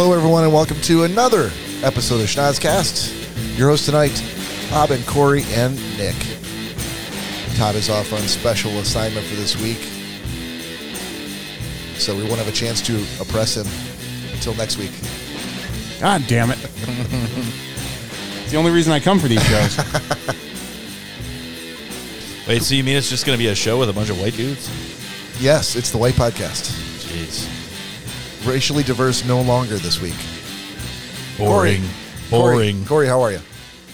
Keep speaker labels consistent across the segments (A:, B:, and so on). A: welcome to another episode of Schnozcast. Your host tonight, Bob and Corey and Nick. Todd is off on special assignment for this week, so we won't have a chance to oppress him until next week.
B: God damn it. it's the only reason I come for these shows.
C: Wait, so you mean it's just going to be a show with a bunch of white dudes?
A: Yes, it's the White Podcast.
C: Jeez.
A: Racially diverse no longer this week.
C: Boring.
A: Corey-
C: Boring.
A: Corey, how are you?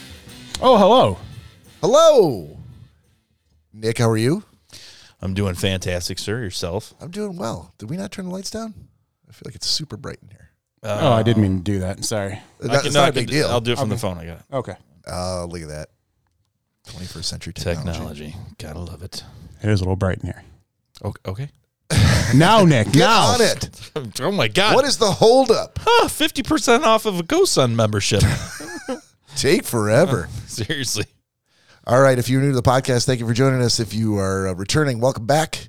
B: oh, hello.
A: Hello. Nick, how are you?
C: I'm doing fantastic, sir. Yourself?
A: I'm doing well. Did we not turn the lights down? I feel like it's super bright in here.
B: oh, I didn't mean to do that. Sorry.
C: I
A: That,
C: can-
A: it's
C: no,
A: not
C: I
A: a
C: can
A: big
C: do-
A: deal.
C: I'll do it from the phone. I got it.
B: Okay.
A: Oh, look at that. 21st century technology.
C: Technology. Gotta love it.
B: It is a little bright in here.
C: Okay.
B: Now, Nick,
A: Get
B: now.
A: on it.
C: oh my God.
A: What is the holdup?
C: Fifty percent off of a GoSun membership.
A: Take forever.
C: Seriously.
A: All right. If you're new to the podcast, thank you for joining us. If you are uh, returning, welcome back.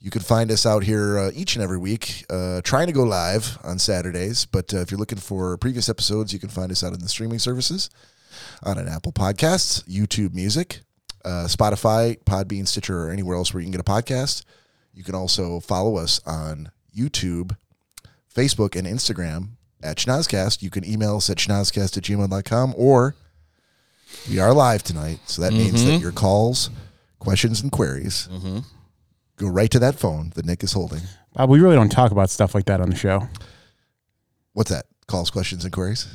A: You can find us out here uh, each and every week, uh, trying to go live on Saturdays. But uh, if you're looking for previous episodes, you can find us out in the streaming services on an Apple Podcasts, YouTube Music, uh, Spotify, Podbean, Stitcher, or anywhere else where you can get a podcast. You can also follow us on YouTube, Facebook, and Instagram at Schnozcast. You can email us at schnozcast at gmail.com or we are live tonight. So that means
C: Mm-hmm.
A: that your calls, questions, and queries go right to that phone that Nick is holding.
B: Bob, we really don't talk about stuff like that on the show.
A: What's that? Calls, questions, and queries?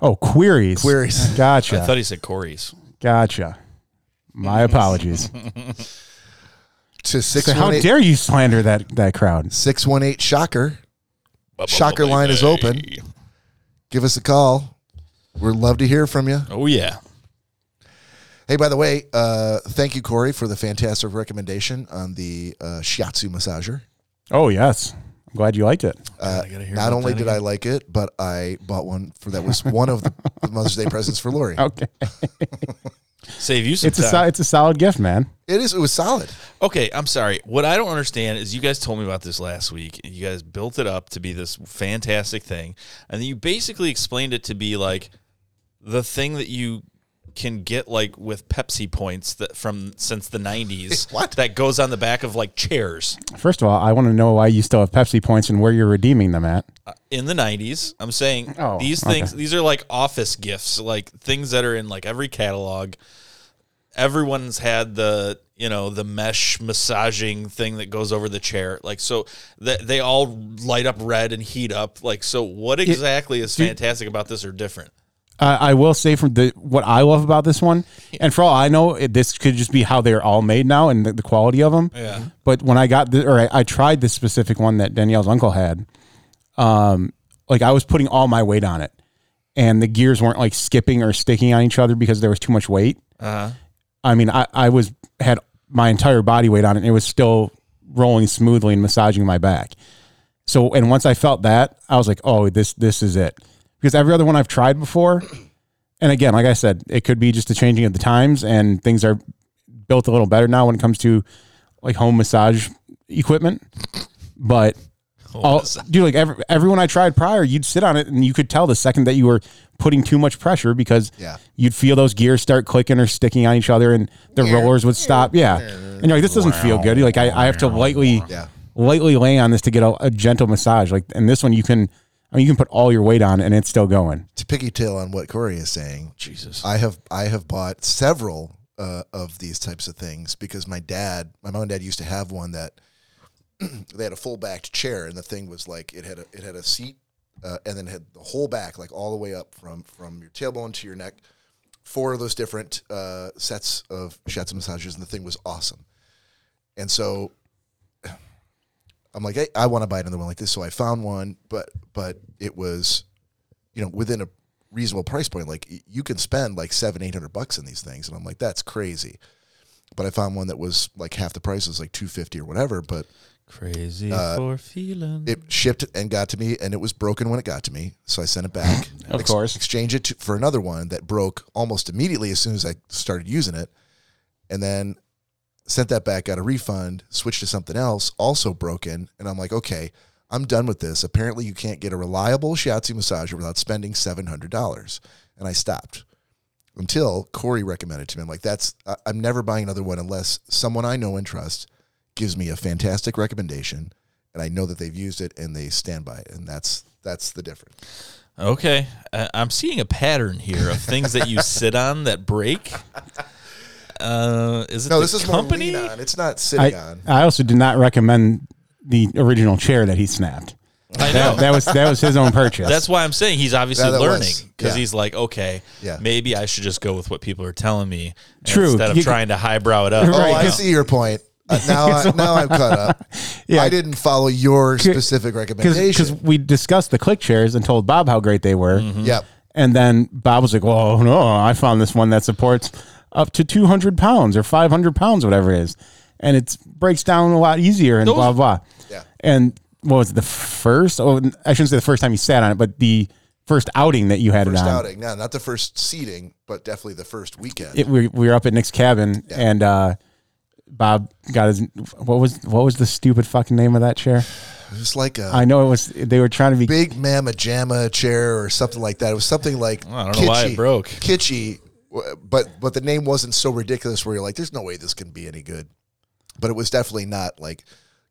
B: Oh, queries.
A: Queries.
B: Gotcha.
C: I thought he said Corey's.
B: gotcha. My apologies.
A: To
B: so how
A: 618
B: dare you slander that, that crowd?
A: 618 Shocker. Shocker line is open. Give us a call. We'd love to hear from you.
C: Oh yeah.
A: Hey, by the way, uh, thank you, Corey, for the fantastic recommendation on the uh, shiatsu massager.
B: Oh, yes. I'm glad you liked it.
A: Uh,
C: I gotta hear
A: not
C: about
A: only
C: that
A: did I like it, but I bought one for that was one of the Mother's Day presents for Lori.
B: Okay.
C: Save you some
B: It's a, so,
C: time.
B: it's a solid gift, man.
A: It is. It was solid.
C: Okay, I'm sorry. What I don't understand is you guys told me about this last week. and You guys built it up to be this fantastic thing, and then you basically explained it to be like the thing that you can get like with Pepsi points that from since the 90s
A: What?
C: that goes on the back of like chairs.
B: First of all, I want to know why you still have Pepsi points and where you're redeeming them at.
C: Uh, In the 90s, I'm saying
B: Oh,
C: these
B: okay.
C: things these are like office gifts, like things that are in like every catalog. everyone's had the you know the mesh massaging thing that goes over the chair like so that they all light up red and heat up like so what exactly is fantastic about this or different
B: Uh, I will say from the what I love about this one, and for all I know, it, this could just be how they're all made now and the, the quality of them.
C: Yeah.
B: But when I got the, or I, I tried this specific one that Danielle's uncle had, um, like I was putting all my weight on it, and the gears weren't like skipping or sticking on each other because there was too much weight.
C: uh-huh
B: I mean, I, I was had my entire body weight on it, and it was still rolling smoothly and massaging my back. So, and once I felt that, I was like, "Oh, this this is it." Because every other one I've tried before, and again, like I said, it could be just the changing of the times, and things are built a little better now when it comes to like home massage equipment. But all, dude, like every, everyone I tried prior, you'd sit on it and you could tell the second that you were putting too much pressure because
A: Yeah.
B: you'd feel those gears start clicking or sticking on each other and the rollers would stop. Yeah. And you're like, this doesn't feel good. You're like, I, I have to lightly,
A: Yeah.
B: lightly lay on this to get a, a gentle massage. Like, and this one you can, I mean, you can put all your weight on it and it's still going.
A: To piggytail on what Corey is saying,
C: jesus
A: I have I have bought several uh, of these types of things because my dad, my mom and dad used to have one that they had a full backed chair, and the thing was like it had a it had a seat, uh, and then had the whole back like all the way up from from your tailbone to your neck. Four of those different uh, sets of shiatsu massages, and the thing was awesome. And so I'm like, hey, I want to buy another one like this. So I found one, but but it was, you know, within a reasonable price point. Like y- you can spend like seven, eight hundred bucks in these things, and I'm like, that's crazy. But I found one that was like half the price, it was like two fifty or whatever. But
C: crazy for feeling
A: it shipped and got to me, and it was broken when it got to me, so I sent it back.
B: Of course.
A: exchange it to, for another one that broke almost immediately as soon as I started using it, and then sent that back, got a refund, switched to something else, also broken, and I'm like, okay, I'm done with this. Apparently, you can't get a reliable shiatsu massager without spending $700. And I stopped until Corey recommended to me. I'm like, that's, I, I'm never buying another one unless someone I know and trust gives me a fantastic recommendation and I know that they've used it and they stand by it. And that's, that's the difference.
C: Okay, I- I'm seeing a pattern here of things that you sit on that break. Uh, is it
A: No,
C: the
A: this is
C: company?
A: more lean on. It's not sitting
B: I,
A: on.
B: I also did not recommend the original chair that he snapped.
C: I know.
B: That, that was that was his own purchase.
C: That's why I'm saying he's obviously
A: Yeah, that was-
C: learning because
A: yeah.
C: he's like, okay,
A: Yeah.
C: maybe I should just go with what people are telling me
B: True.
C: instead of
B: You-
C: trying to highbrow it up.
A: Oh,
B: Right,
A: I
B: 'cause-
A: see your point. Uh, now, I, now I'm caught up.
B: Yeah.
A: I didn't follow your specific recommendation.
B: because we discussed the click chairs and told Bob how great they were,
A: yep.
B: and then Bob was like, "Well, no, I found this one that supports up to 200 pounds or 500 pounds, whatever it is, and it breaks down a lot easier and blah blah."
A: Yeah.
B: And what was it, the first? Oh, I shouldn't say the first time you sat on it, but the first outing that you had
A: First
B: it on.
A: outing. No, not the first seating, but definitely the first weekend.
B: it, we, we were up at Nick's cabin and uh, Bob got his what was what was the stupid fucking name of that chair?
A: it was like a
B: I know it was they were trying to be
A: big mama jamma chair or something like that. It was something like
C: I don't know why it broke.
A: Kitschy, w- but but the name wasn't so ridiculous where you're like, there's no way this can be any good. But it was definitely not like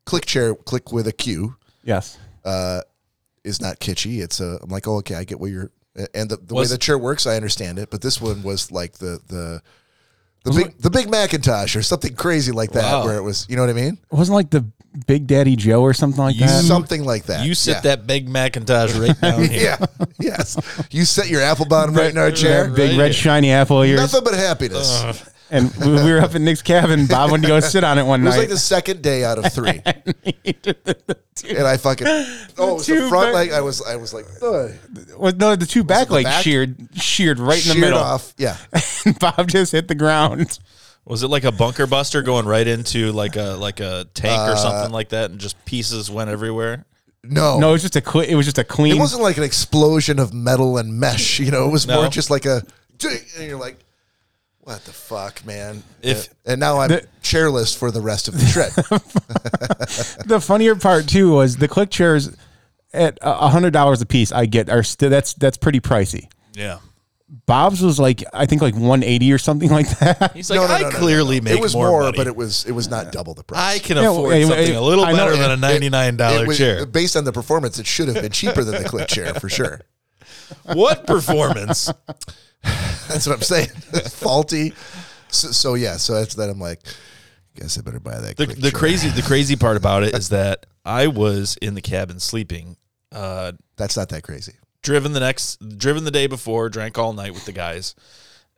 A: click chair, click with a Q
B: yes.
A: is not kitschy. It's a I'm like, oh okay, I get what you're and the, the way
C: Was-
A: the chair works, I understand it. But this one was like the the the big the big Macintosh or something crazy like that,
C: Wow.
A: where it was you know what I mean,
B: It wasn't like the Big Daddy Joe or something like
C: You-
B: that.
A: something like that.
C: You sit
A: yeah.
C: that big Macintosh right down here.
A: Yeah. yes. You set your apple bottom right in our chair.
B: Big
C: right.
B: red shiny apple ears,
A: Nothing but happiness.
C: Uh,
B: and we, we were up at Nick's cabin. Bob went to go sit on it one
A: It was
B: night.
A: like the second day out of three. and I fucking oh, it was the
B: two
A: front
B: back-
A: leg. I was I was like ugh,
B: Well, no, the two back
A: the
B: legs
A: back?
B: sheared, sheared right in the
A: sheared
B: middle.
A: off. Yeah,
B: Bob just hit the ground.
C: Was it like a bunker buster going right into like a like a tank
A: Uh,
C: or something like that, and just pieces went everywhere?
A: no,
B: No, it was just a cle- it was just a
A: It
B: clean.
A: wasn't like an explosion of metal and mesh. You know, it was
C: No.
A: more just like a and you're like. What the fuck, man?
C: If-
A: and now I'm
B: The-
A: chairless for the rest of the trip.
B: the funnier part too was the click chairs at a hundred dollars a piece. I get are still that's that's pretty pricey.
C: Yeah,
B: Bob's was like I think like one eighty or something like that.
C: he's like, I clearly make
A: it was
C: more,
A: more,
C: money.
A: but it was it was not double the price.
C: I can
B: Yeah,
C: afford
B: well, yeah,
C: something
B: yeah,
C: a little
B: I know,
C: better than a
B: it-
C: ninety nine
A: It
C: dollar
A: was-
C: chair.
A: Based on the performance, it should have been cheaper than the click chair for sure.
C: what performance?
A: That's what I'm saying. Faulty. So, so yeah, so after that, I'm like, guess I better buy that.
C: the,
A: click
C: the
A: chair.
C: crazy the crazy part about it is that I was in the cabin sleeping, uh,
A: That's not that crazy.
C: driven the next driven the day before, drank all night with the guys,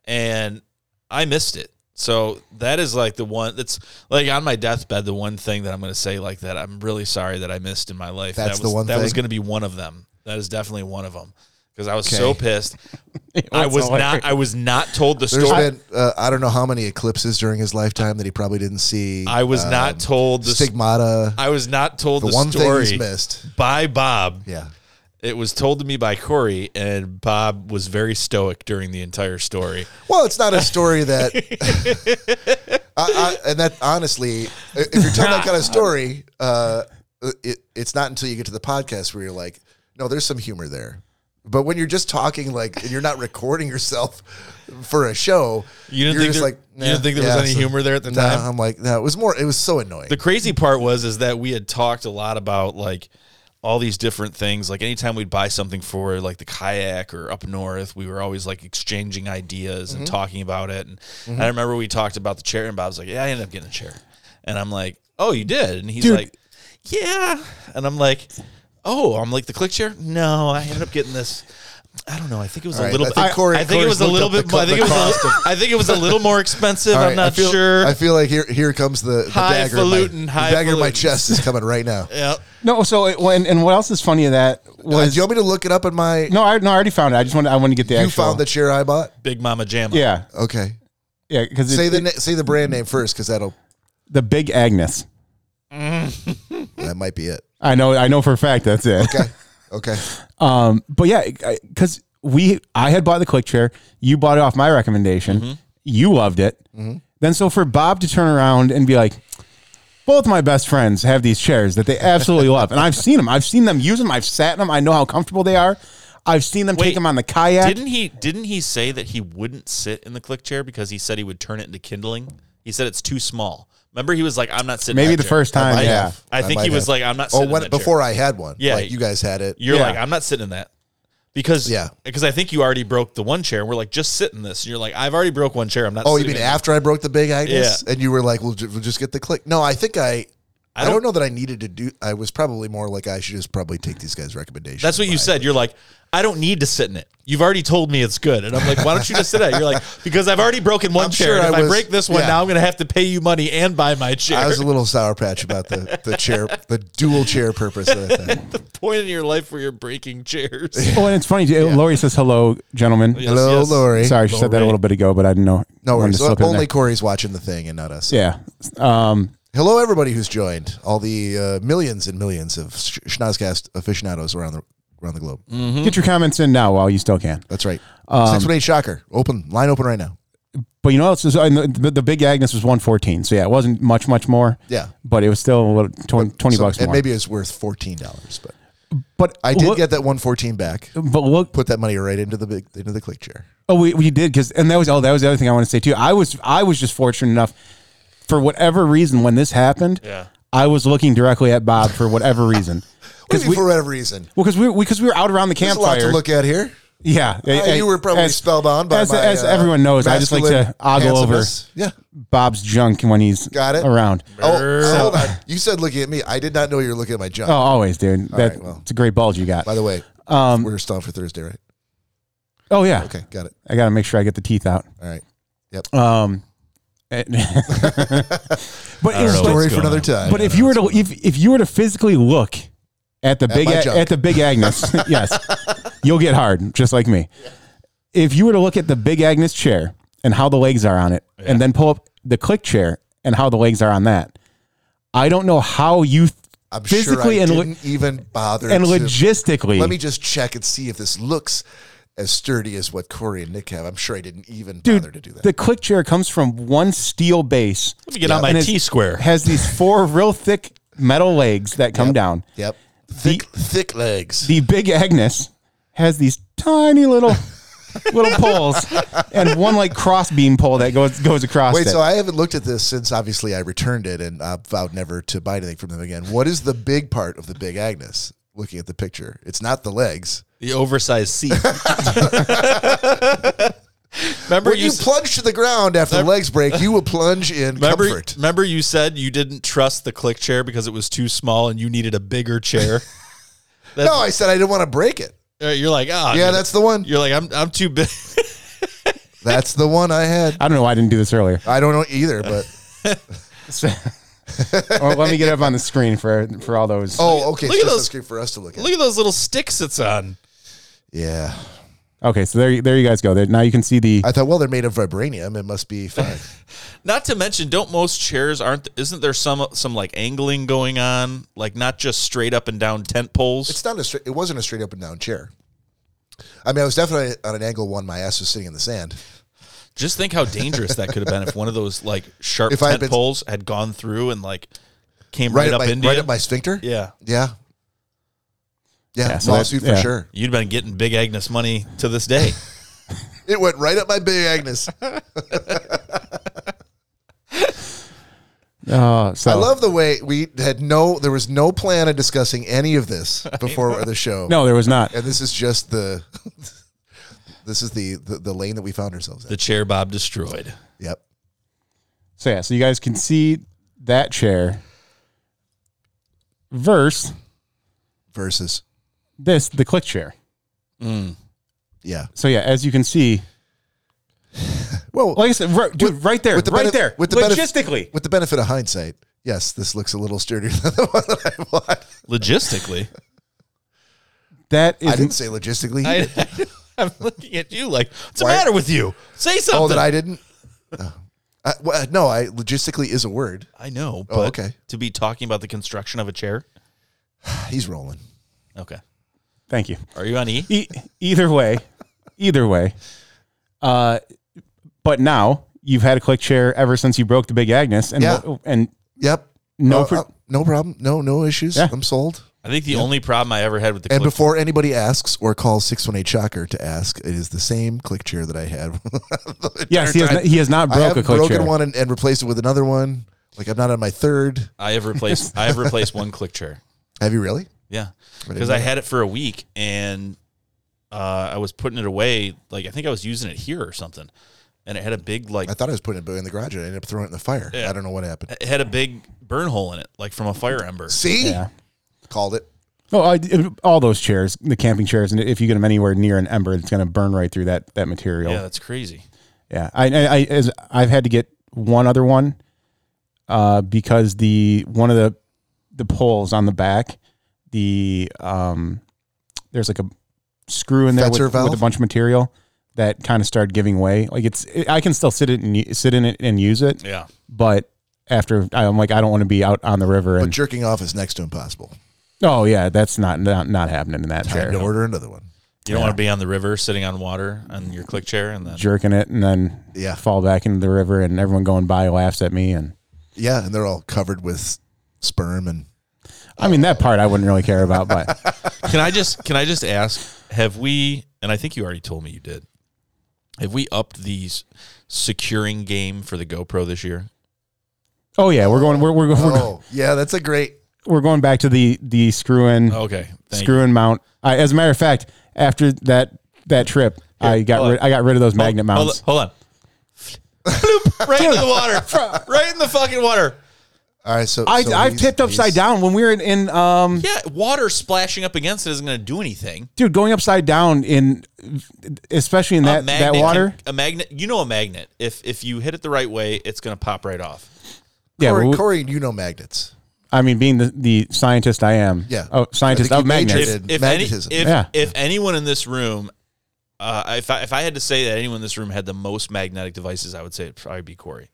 C: and I missed it. So that is like the one that's like on my deathbed. The one thing that I'm going to say like that I'm really sorry that I missed in my life.
A: That's
C: that
A: the
C: was,
A: one
C: that was
A: thing?
C: going to be one of them. That is definitely one of them because I was
A: Okay.
C: so pissed. I was not. I was not told the
A: There's
C: story.
A: been uh, I don't know how many eclipses during his lifetime that he probably didn't see. Uh,
C: I was not told the. s-
A: stigmata.
C: I was not told
A: the
C: the,
A: one
C: story
A: thing he's missed.
C: by Bob.
A: Yeah.
C: It was told to me by Corey, and Bob was very stoic during the entire story.
A: Well, it's not a story that. I, I, and that honestly, if you're telling that kind of story, uh, it, it's not until you get to the podcast where you're like, no, there's some humor there. But when you're just talking, like, and you're not recording yourself for a show,
C: You didn't
A: are
C: think
A: just
C: there,
A: like,
C: you
A: nah,
C: didn't think there
A: yeah,
C: was any
A: so-
C: humor there at the
A: Nah,
C: time.
A: I'm like, no, it was more. It was so annoying.
C: The crazy part was is that we had talked a lot about like all these different things. Like anytime we'd buy something for like the kayak or up north, we were always like exchanging ideas
A: Mm-hmm.
C: and talking about it. And I remember we talked about the chair, and Bob's like, "Yeah, I ended up getting a chair," and I'm like, "Oh, you did?" And he's
B: Dude.
C: like, "Yeah," and I'm like. Oh, I'm like the click chair. No, I ended up getting this. I don't know. I think it was a
A: right,
C: little.
A: I
C: bit.
A: think Corey-
C: I think it
A: Corey's
C: was a
A: looked
C: little
A: up the
C: bit.
A: co-
C: I think
A: the
C: it was.
A: cost
C: A, I think it was a little more expensive.
A: All
C: I'm
A: right, I
C: not
A: feel,
C: sure.
A: I feel like here, here comes the, the dagger. in my-
C: Highfalutin,
A: the dagger in my
C: highfalutin.
A: chest is coming right now.
C: yeah.
B: No, so it, when, and what else is funny of that
A: Uh, do
B: was
A: you want me to look it up in my?
B: no, I no, I already found it. I just want I want to get the
A: you
B: actual.
A: found the chair I bought.
C: Big Mama Jamma.
B: yeah,
A: Okay.
B: yeah, because
A: Say the na- say the brand name first, because that'll
B: the Big Agnes.
A: that might be it.
B: I know, I know for a fact that's it.
A: Okay. Okay.
B: Um, but yeah, because we, I had bought the click chair. You bought it off my
A: Mm-hmm.
B: recommendation. You loved it. Then so for Bob to turn around and be like, both my best friends have these chairs that they absolutely love, and I've seen them. I've seen them use them. I've sat in them. I know how comfortable they are. I've seen them take
C: Wait,
B: them on the kayak.
C: Didn't he? Didn't he say that he wouldn't sit in the click chair because he said he would turn it into kindling? He said it's too small. Remember, he was like, "I'm not sitting." in
B: Maybe
C: that
B: the
C: chair."
B: first time,
A: might
B: yeah.
A: have.
C: I think
A: might
C: he was
A: have.
C: like, "I'm not."
A: Oh,
C: sitting in
A: when,
C: that chair."
A: before I had one.
C: Yeah.
A: like you guys had it.
C: You're
B: Yeah.
C: like, I'm not sitting in that. Because
A: Yeah.
C: because I think you already broke the one chair. We're like, just sit in this. And you're like, I've already broke one chair. I'm not
A: oh, you
C: sitting
A: mean
C: in that.
A: after I broke the big Agnes,
C: Yeah.
A: and you were like, "We'll, ju- we'll just get the click." No, I think I. I don't,
C: don't-
A: know that I needed to do. I was probably more like I should just probably take these guys' recommendations.
C: That's what you
A: Bye.
C: said. You're like, I don't need to sit in it. You've already told me it's good. And I'm like, why don't you just sit at it? You're like, because I've already broken one
A: I'm
C: chair.
A: sure
C: and if
A: I
C: I,
A: was-
C: break this one,
A: yeah.
C: now I'm going to have to pay you money and buy my chair.
A: I was a little sour patch about the, the chair, the dual chair purpose of that thing.
C: point in your life where you're breaking chairs.
B: Oh, and it's funny. too. Lori says hello, gentlemen.
C: Yes,
A: Hello,
C: yes.
A: Oh, Lori.
B: Sorry, she said that a
C: Lori.
B: little bit ago, but I didn't know.
A: No
B: wanted
A: worries.
B: to slip it in
A: Only
B: there.
A: Corey's watching the thing and not us.
B: Yeah. Um,
A: Hello, everybody who's joined. All the uh, millions and millions of Sch- Schnozcast aficionados around the around the globe.
B: Get your comments in now while you still can.
A: That's right.
B: Um,
A: Six one eight shocker. Open line open right now.
B: But you know, it's, and the, the, the big Agnes was 114. So yeah, it wasn't much, much more.
A: Yeah.
B: But it was still a little- 20, 20
A: So-
B: bucks
A: and
B: more.
A: maybe it's worth fourteen dollars, but
B: but
A: I did
B: look-
A: get that one fourteen back.
B: But look,
A: Put that money right into the big into the click chair.
B: oh, we, we did because, and that was oh, that was the other thing I want to say too. I was I was just fortunate enough, for whatever reason, when this happened,
C: Yeah.
B: I was looking directly at Bob for whatever reason.
A: What do
B: Because
A: you mean
B: we,
A: for whatever reason,
B: well, because we because we were out around the
A: there's a lot to
B: campfire.
A: look at here.
B: Yeah,
A: Uh, you were probably
B: as-
A: spellbound by
B: as,
A: my,
B: as
A: uh,
B: everyone knows. I just like
A: masculine
B: to ogle over
A: handsomeness. Yeah,
B: Bob's junk when he's
A: Got it.
B: around.
A: Oh,
C: Brrr.
A: hold on. You said looking at me. I did not know you were looking at my junk.
B: Oh, always, dude. That,
A: right, well.
B: It's a great bulge you got.
A: By the way,
B: Um,
A: we're still for Thursday, right?
B: Oh yeah.
A: Okay, got it.
B: I got to make sure I get the teeth out.
A: All right.
B: Um, and- but
C: don't know
B: but-
A: Story
C: what's
A: for
C: going
A: another
C: on.
A: time.
B: but if you were to if if you were to physically look at the big
A: my
B: at,
A: junk.
B: at the big Agnes, yes, you'll get hard just like me. If you were to look at the big Agnes chair and how the legs are on it, and then pull up the click chair and how the legs are on that, I don't know how you
A: I'm
B: physically
A: sure I
B: and lo-
A: didn't even bother
B: and
A: to-
B: logistically.
A: Let me just check and see if this looks as sturdy as what Corey and Nick have. I'm sure I didn't even bother to do that.
B: The click chair comes from one steel base.
C: Let me get on my
B: And it's-
C: T square.
B: Has these four real thick metal legs that come down.
A: yep. Thick, thick legs.
B: The big Agnes has these tiny little little poles and one like cross beam pole that goes goes across.
A: Wait,
B: it.
A: so I haven't looked at this since obviously I returned it and I vowed never to buy anything from them again. What is the big part of the Big Agnes? Looking at the picture, it's not the legs.
C: The oversized seat. Remember
A: When you,
C: you, s-
A: plunge to the ground after the legs break, you will plunge in
C: remember,
A: comfort.
C: remember you said you didn't trust the click chair because it was too small and you needed a bigger chair.
A: No, I said I didn't want to break it.
C: Uh, You're like, ah,
A: Yeah, that's the one.
C: You're like, I'm, I'm too big.
A: That's the one I had.
B: I don't know why I didn't do this earlier.
A: I don't know either, but
B: So- or let me get up on the screen for for all those.
A: oh, okay.
C: Look
A: it's just
C: at those-
A: a screen for us to look at.
C: Look at those little sticks it's on.
A: Yeah,
B: Okay, so there you- there you guys go. There, now you can see the
A: I thought, well, they're made of vibranium. It must be fine.
C: Not to mention, don't most chairs aren't? Isn't there some some like angling going on? Like not just straight up and down tent poles.
A: it's not a straight. It wasn't a straight up and down chair. I mean, I was definitely on an angle one. My ass was sitting in the sand.
C: just think how dangerous that could have been if one of those like sharp
A: If I had
C: tent
A: been-
C: poles had gone through and like came
A: Right,
C: right,
A: at
C: up
A: my
C: into
A: right
C: you.
A: at my sphincter.
C: yeah.
A: yeah, yeah.
B: Yeah, so that-
A: lawsuit for
B: yeah.
A: sure.
C: You'd been getting big Agnes money to this day.
A: It went right up my big Agnes.
B: uh, so
A: I love the way we had no. There was no plan of discussing any of this before the show.
B: no, there was not.
A: and this is just the. This is the, the the lane that we found ourselves in.
C: the chair Bob destroyed.
A: Yep.
B: So yeah, so you guys can see that chair versus
A: Versus.
B: this the click chair.
A: Yeah.
B: So yeah, as you can see,
A: Well,
B: like I said, right, dude, right there,
A: with the
B: right
A: benef-
B: there,
A: with the benef-
B: logistically.
A: with the benefit of hindsight, yes, this looks a little sturdier than the one that I bought.
C: Logistically,
B: that
A: I didn't
B: is
A: say logistically.
C: I,
A: either.
C: am looking at you like, what's
A: Why-
C: the matter with you? Say something.
A: oh, that I didn't. Oh. I, well, no, I logistically is a word.
C: I know, but
A: Oh, okay.
C: to be talking about the construction of a chair.
A: He's rolling.
C: Okay.
B: thank you.
C: Are you on E?
B: E- either way, either way. Uh, but now you've had a click chair ever since you broke the big Agnes, and
A: Yeah.
B: and
A: Yep.
B: No,
A: Uh,
B: pro-
A: uh, no problem. No, no issues.
B: Yeah.
A: I'm sold.
C: I think the only problem I ever had with the
A: And
C: click-
A: before anybody asks or calls 618 Shocker to ask, it is the same click chair that I had. the
B: yes, he
A: entire
B: has,
A: time.
B: not, he has not
A: I
B: broke
A: have
B: a click
A: broken
B: chair.
A: one and, and replaced it with another one. Like I'm not on my third.
C: I have replaced I have replaced one click chair.
A: Have you really?
C: Yeah,
A: didn't
C: because
A: know
C: I
A: that.
C: had it for a week and uh, I was putting it away. Like I think I was using it here or something, and it had a big like
A: I thought I was putting it in the garage and I ended up throwing it in the fire.
C: Yeah.
A: I don't know what happened.
C: it had a big burn hole in it, like from a fire ember.
A: See,
B: Yeah.
A: called it.
B: Oh, I, all those chairs, the camping chairs, and if you get them anywhere near an ember, it's going to burn right through that that material.
C: Yeah, that's crazy.
B: Yeah, I, I, I as I've had to get one other one, uh, because the one of the the poles on the back, the um, there's like a screw in there with,
A: Fetzer
B: with a
A: valve?
B: bunch of material that kind of started giving way. Like it's, I can still sit it and u- sit in it and use it,
C: Yeah,
B: but after I'm like, I don't want to be out on the river
A: But
B: and
A: jerking off is next to impossible.
B: oh yeah, that's not not, not happening in that
A: Time
B: chair.
A: to order another one.
C: you don't want to be on the river sitting on water on your click chair and then
B: Jerking it and then
A: Yeah.
B: fall back into the river and everyone going by laughs at me and
A: Yeah, and they're all covered with sperm and
B: I mean that part I wouldn't really care about, but.
C: Can I just can I just ask? Have we? And I think you already told me you did. Have we upped these securing game for the GoPro this year?
B: Oh yeah, we're going. We're we're, we're,
A: oh yeah, that's a great.
B: we're going back to the the screw in
C: Okay, Oh, thank
B: screw in mount. I, as a matter of fact, after that that trip, I got
C: hold
B: rid, I got rid of those
C: you.
B: magnet
C: Hold-
B: mounts.
C: Hold, on. Bloop, right into the water. Right in the fucking water.
A: All right, so
B: I
A: so
B: I've
A: he's-
B: tipped upside
A: he's-
B: down when we were in, in um
C: Yeah, water splashing up against it isn't going to do anything.
B: dude going upside down in especially in
C: A
B: that that
C: can-
B: water.
C: a magnet. You know a magnet. If if you hit it the right way, it's going to pop right off.
B: yeah,
A: Corey,
B: we-
A: Corey, you know magnets.
B: I mean being the, the scientist I am.
A: Yeah.
B: oh scientist
A: I
B: of
A: think you majored
B: magnets.
A: in
C: If, if, any, if,
A: magnetism.
B: Yeah.
C: if anyone in this room, uh, if I, if I had to say that anyone in this room had the most magnetic devices, I would say it'd probably be Corey.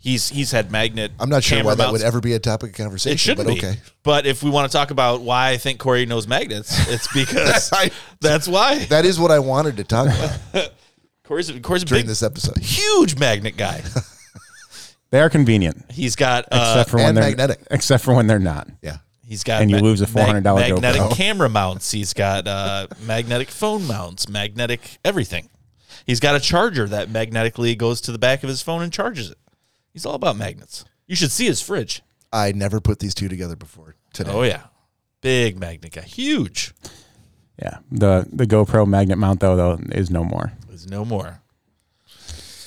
C: He's he's had magnet.
A: I'm not sure
C: camera
A: why that
C: mounts.
A: would ever be a topic of conversation.
C: It shouldn't
A: but
C: be.
A: okay.
C: But if we want to talk about why I think Corey knows magnets, it's because that's why
A: That is what I wanted to talk about
C: Corey's Corey's a
A: during
C: big,
A: this episode.
C: huge magnet guy.
B: They are convenient
C: He's got uh,
B: except for when
A: and
B: they're
A: magnetic.
B: except for when they're not.
A: Yeah.
C: He's got
B: And you lose a $400
C: magnetic
B: GoPro.
C: camera mounts. He's got uh, magnetic phone mounts, magnetic everything. He's got a charger that magnetically goes to the back of his phone and charges it. He's all about magnets. You should see his fridge.
A: I never put these two together before today.
C: Oh yeah, big magnet guy, huge.
B: Yeah, the the GoPro magnet mount though though is no more.
C: There's no more.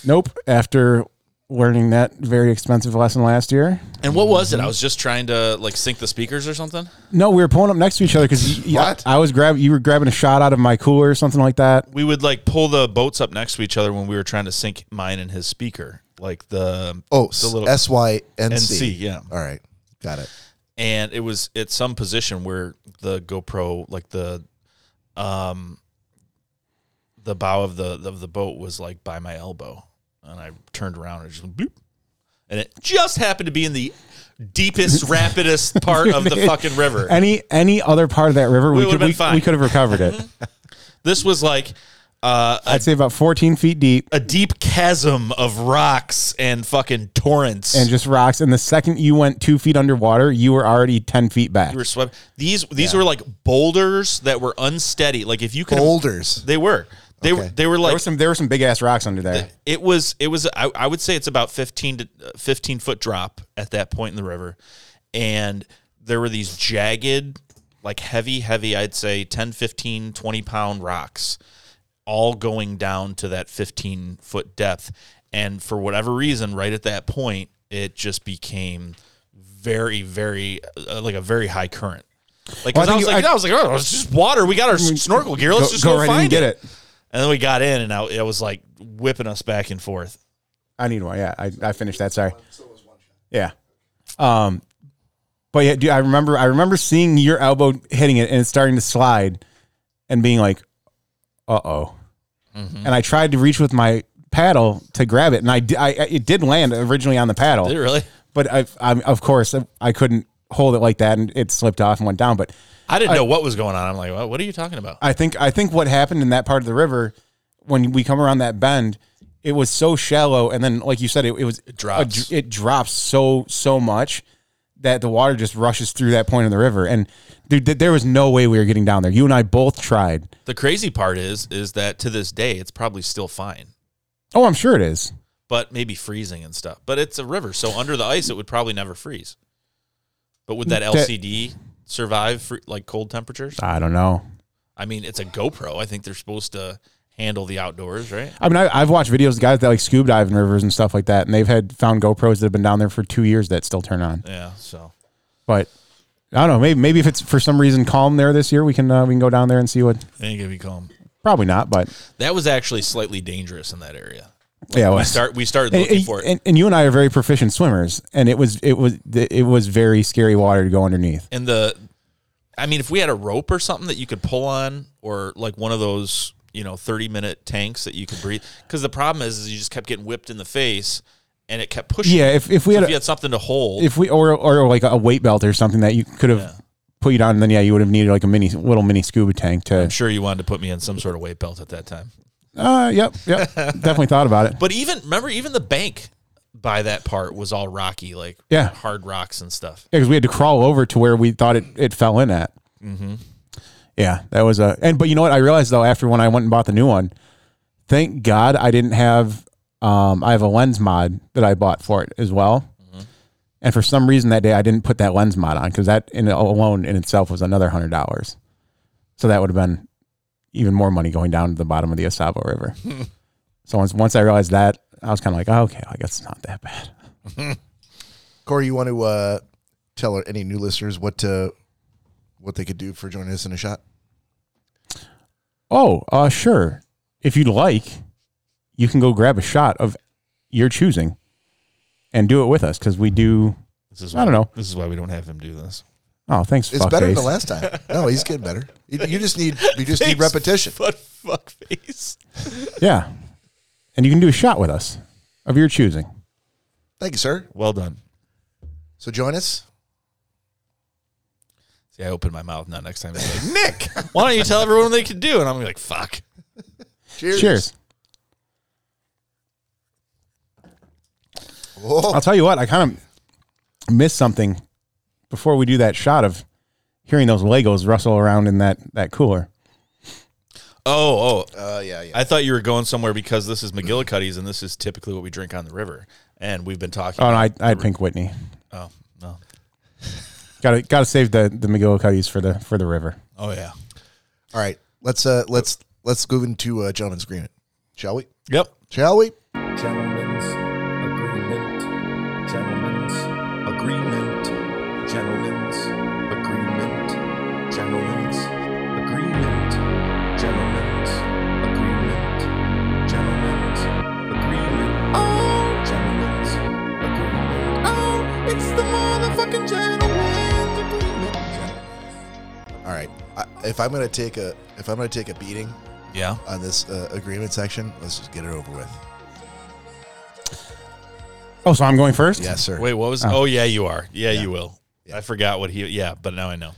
B: Nope. After learning that very expensive lesson last year,
C: And what was it? I was just trying to like sync the speakers or something.
B: no, we were pulling up next to each other because
A: What?
B: I was grabbing. You were grabbing a shot out of my cooler or something like that.
C: We would like pull the boats up next to each other when we were trying to sync mine and his speaker, like the
A: Oh,
C: the little
A: S Y N
C: NC,
A: C.
C: yeah.
A: All right. Got it.
C: and it was at some position where the GoPro, like the, um, the bow of the of the boat was like by my elbow, and I turned around and it just went bloop, and it just happened to be in the deepest, rapidest part of the fucking river.
B: Any any other part of that river, we
C: would've
B: could
C: been
B: we,
C: fine.
B: we could have recovered it.
C: This was like uh, a,
B: I'd say about fourteen feet deep
C: a deep chasm of rocks and fucking torrents.
B: and just rocks. And the second you went two feet underwater, you were already ten feet back.
C: we were swept. These these were like boulders that were unsteady. Like if you could,
A: Boulders.
C: they were. They were
A: Okay.
C: they were
B: There
C: like
B: were some there were some big ass rocks under there.
C: it was it was I, I would say it's about 15 to uh, 15 foot drop at that point in the river and there were these jagged like heavy heavy i'd say 10 15 20 pound rocks all going down to that 15 foot depth and for whatever reason right at that point it just became very very uh, like a very high current like 'cause
B: Well, I
C: I,
B: think
C: was
B: you-
C: like
B: I- Mm,
C: I, was like oh it's just water we got our s- snorkel gear let's
B: Go-
C: just
B: go
C: go,
B: right in and
C: find
B: get
C: it.
B: it.
C: and then we got in and I, it was like whipping us back and forth
B: I need one. Yeah, I, I finished that. Sorry. Yeah. Um, but yeah, dude, I remember I remember seeing your elbow hitting it and it's starting to slide, and being like, "Uh oh," and I tried to reach with my paddle to grab it, and I, di- I it did land originally on the paddle,
C: Did it really?
B: but I, I'm of course I couldn't hold it like that, and it slipped off and went down. But
C: I didn't know what was going on. I'm like, what, what are you talking about?
B: I think I think what happened in that part of the river when we come around that bend, it was so shallow, and then like you said, it, it was it
C: drops.
B: it drops so so much that the water just rushes through that point of the river. And dude, th- there was no way we were getting down there. You and I both tried.
C: The crazy part is is that to this day it's probably still fine,
B: Oh, I'm sure it is.
C: but maybe freezing and stuff. But it's a river, so under the ice it would probably never freeze. But would that LCD survive for, like cold temperatures?
B: I don't know.
C: I mean, it's a GoPro. I think they're supposed to handle the outdoors, right?
B: I mean, I, I've watched videos of guys that like scuba dive in rivers and stuff like that, and they've had found GoPros that have been down there for two years that still turn on.
C: Yeah. So
B: But I don't know. Maybe maybe if it's for some reason calm there this year, we can uh, we can go down there and see what.
C: I think it'd be calm.
B: Probably not, but
C: That was actually slightly dangerous in that area.
B: yeah. well-
C: We start we started
B: and,
C: looking
B: and-
C: for it.
B: and- and you and I are very proficient swimmers, and it was it was it was very scary water to go underneath.
C: and the i mean if we had a rope or something that you could pull on or like one of those you know 30 minute tanks that you could breathe because the problem is, is you just kept getting whipped in the face and it kept pushing
B: Yeah, if if we
C: So
B: had
C: if
B: a-
C: you had something to hold
B: if we or or like a weight belt or something that you could have put you down, and then yeah, you would have needed like a mini little mini scuba tank to.
C: i'm sure you wanted to put me in some sort of weight belt at that time
B: Uh, yep, yep, definitely thought about it.
C: but even remember even the bank by that part was all rocky like
B: Yeah.
C: hard rocks and stuff
B: because we had to crawl over to where we thought it, it fell in at. Mm-hmm. Yeah, that was a and but you know what I realized though after when I went and bought the new one, thank God I didn't have um I have a lens mod that I bought for it as well, and for some reason that day I didn't put that lens mod on because that in alone in itself was another hundred dollars, so that would have been even more money going down to the bottom of the Osavo River. so once once I realized that I was kind of like oh, okay I guess it's not that bad.
A: Corey, you want to uh, tell our- any new listeners what uh, what they could do for joining us in a shot?
B: Oh, uh, sure. If you'd like, you can go grab a shot of your choosing and do it with us because we do.
C: this is
B: I don't
C: why-
B: know.
C: this is why we don't have him do this
B: Oh, thanks.
A: It's better than the
B: fuckface.
A: last time. No, he's getting better. You, you just need you just need
C: Thanks,
A: repetition.
C: but fuck face
B: Yeah. And you can do a shot with us of your choosing.
A: Thank you, sir.
C: well done
A: So join us.
C: see i opened my mouth now next time it's like nick why don't you tell everyone what they can do and i'm gonna be like fuck
A: Cheers.
B: Cheers.
A: Oh,
B: I'll tell you what, I kind of missed something before we do that shot of hearing those Legos rustle around in that, that cooler.
C: Oh, oh.
A: uh, yeah, yeah.
C: I thought you were going somewhere because this is McGillicuddy's and this is typically what we drink on the river. And we've been talking.
B: Oh, no, I, I had Pink Whitney.
C: Oh, no.
B: Got to got to save the the McGillicuddies for the for the river.
C: Oh, yeah.
A: All right, let's uh, let's let's go into uh, gentleman's agreement, shall we?
C: Yep.
A: Shall we?
D: Gentlemen's agreement. Gentlemen's agreement. Gentlemen's agreement. Gentlemen's agreement. Gentlemen's agreement. Gentlemen's agreement. Oh, gentlemen's agreement. Oh, it's the motherfucking gentleman's agreement.
A: All right. I, if I'm gonna take a if I'm gonna take a beating
C: Yeah.
A: on this uh, agreement section, let's just get it over with.
B: Oh, so I'm going first?
A: Yes, sir.
C: Wait, what was. Oh, yeah, you are. Yeah, you will. I forgot what he. Yeah, but now I know.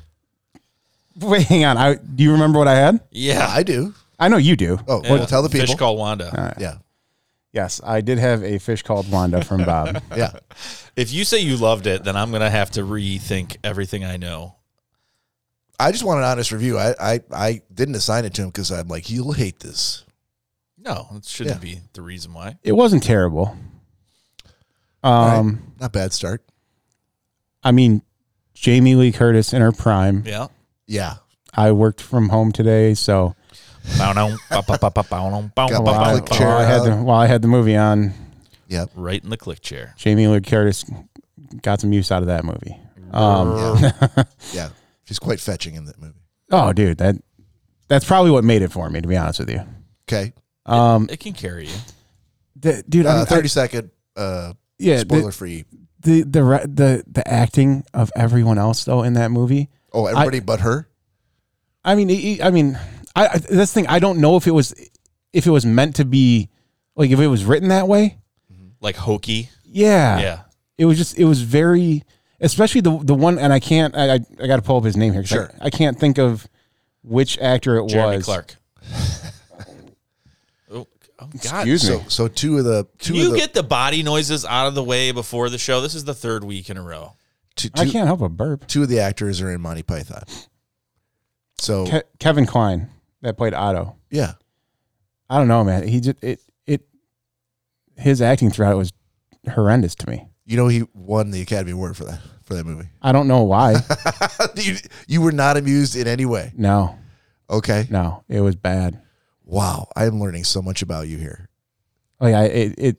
B: Wait, hang on. I, do you remember what I had?
A: Yeah,
C: Yeah.
A: I do.
B: I know you do.
A: Oh, well, tell the people.
C: Fish called Wanda.
A: Yeah,
B: Yes, I did have a fish called Wanda from Bob.
A: yeah.
C: If you say you loved it, then I'm going to have to rethink everything I know.
A: I just want an honest review. I I, I didn't assign it to him because I'm like he'll hate this.
C: No, it shouldn't be the reason why.
B: it wasn't terrible.
A: All
B: Um,
A: right. Not bad start.
B: I mean, Jamie Lee Curtis in her prime.
C: Yeah.
A: Yeah.
B: I worked from home today, so
A: Got my
B: while,
A: click chair
B: while I had the, while I had the movie on,
A: Yep.
C: Right in the click chair.
B: Jamie Lee Curtis got some use out of that movie. Um,
A: Yeah. yeah. She's quite fetching in that movie.
B: oh, dude, that that's probably what made it for me, to be honest with you.
A: Okay.
B: Um,
C: It can carry you.
B: the- dude, I mean,
A: Uh,
B: I-
A: thirty second uh,
B: yeah, the-
A: spoiler free.
B: the the re- the the acting of everyone else though in that movie.
A: Oh, everybody but her.
B: I mean, it- I mean, I, I that's the thing. I don't know if it was if it was meant to be like if it was written that way.
C: Like hokey.
B: Yeah,
C: Yeah.
B: It was just it was very especially the the one and I can't I I, I got to pull up his name here. 'cause I-
A: Sure.
B: I, can't think of which actor it
C: Jeremy
B: was.
C: Clark. oh, oh, God.
B: Excuse me.
A: So so two of the two
C: Can you
A: of the
C: get the body noises out of the way before the show? This is the third week in a row.
A: two,
B: I
A: two,
B: can't help but burp.
A: two of the actors are in Monty Python. So
B: Ke- Kevin Klein that played Otto.
A: yeah,
B: I don't know, man. He just it it his acting throughout it was horrendous to me.
A: you know he won the Academy Award for that for that movie.
B: I don't know why.
A: you, you were not amused in any way.
B: no,
A: Okay.
B: no, it was bad.
A: Wow, I am learning so much about you here.
B: Like I it, it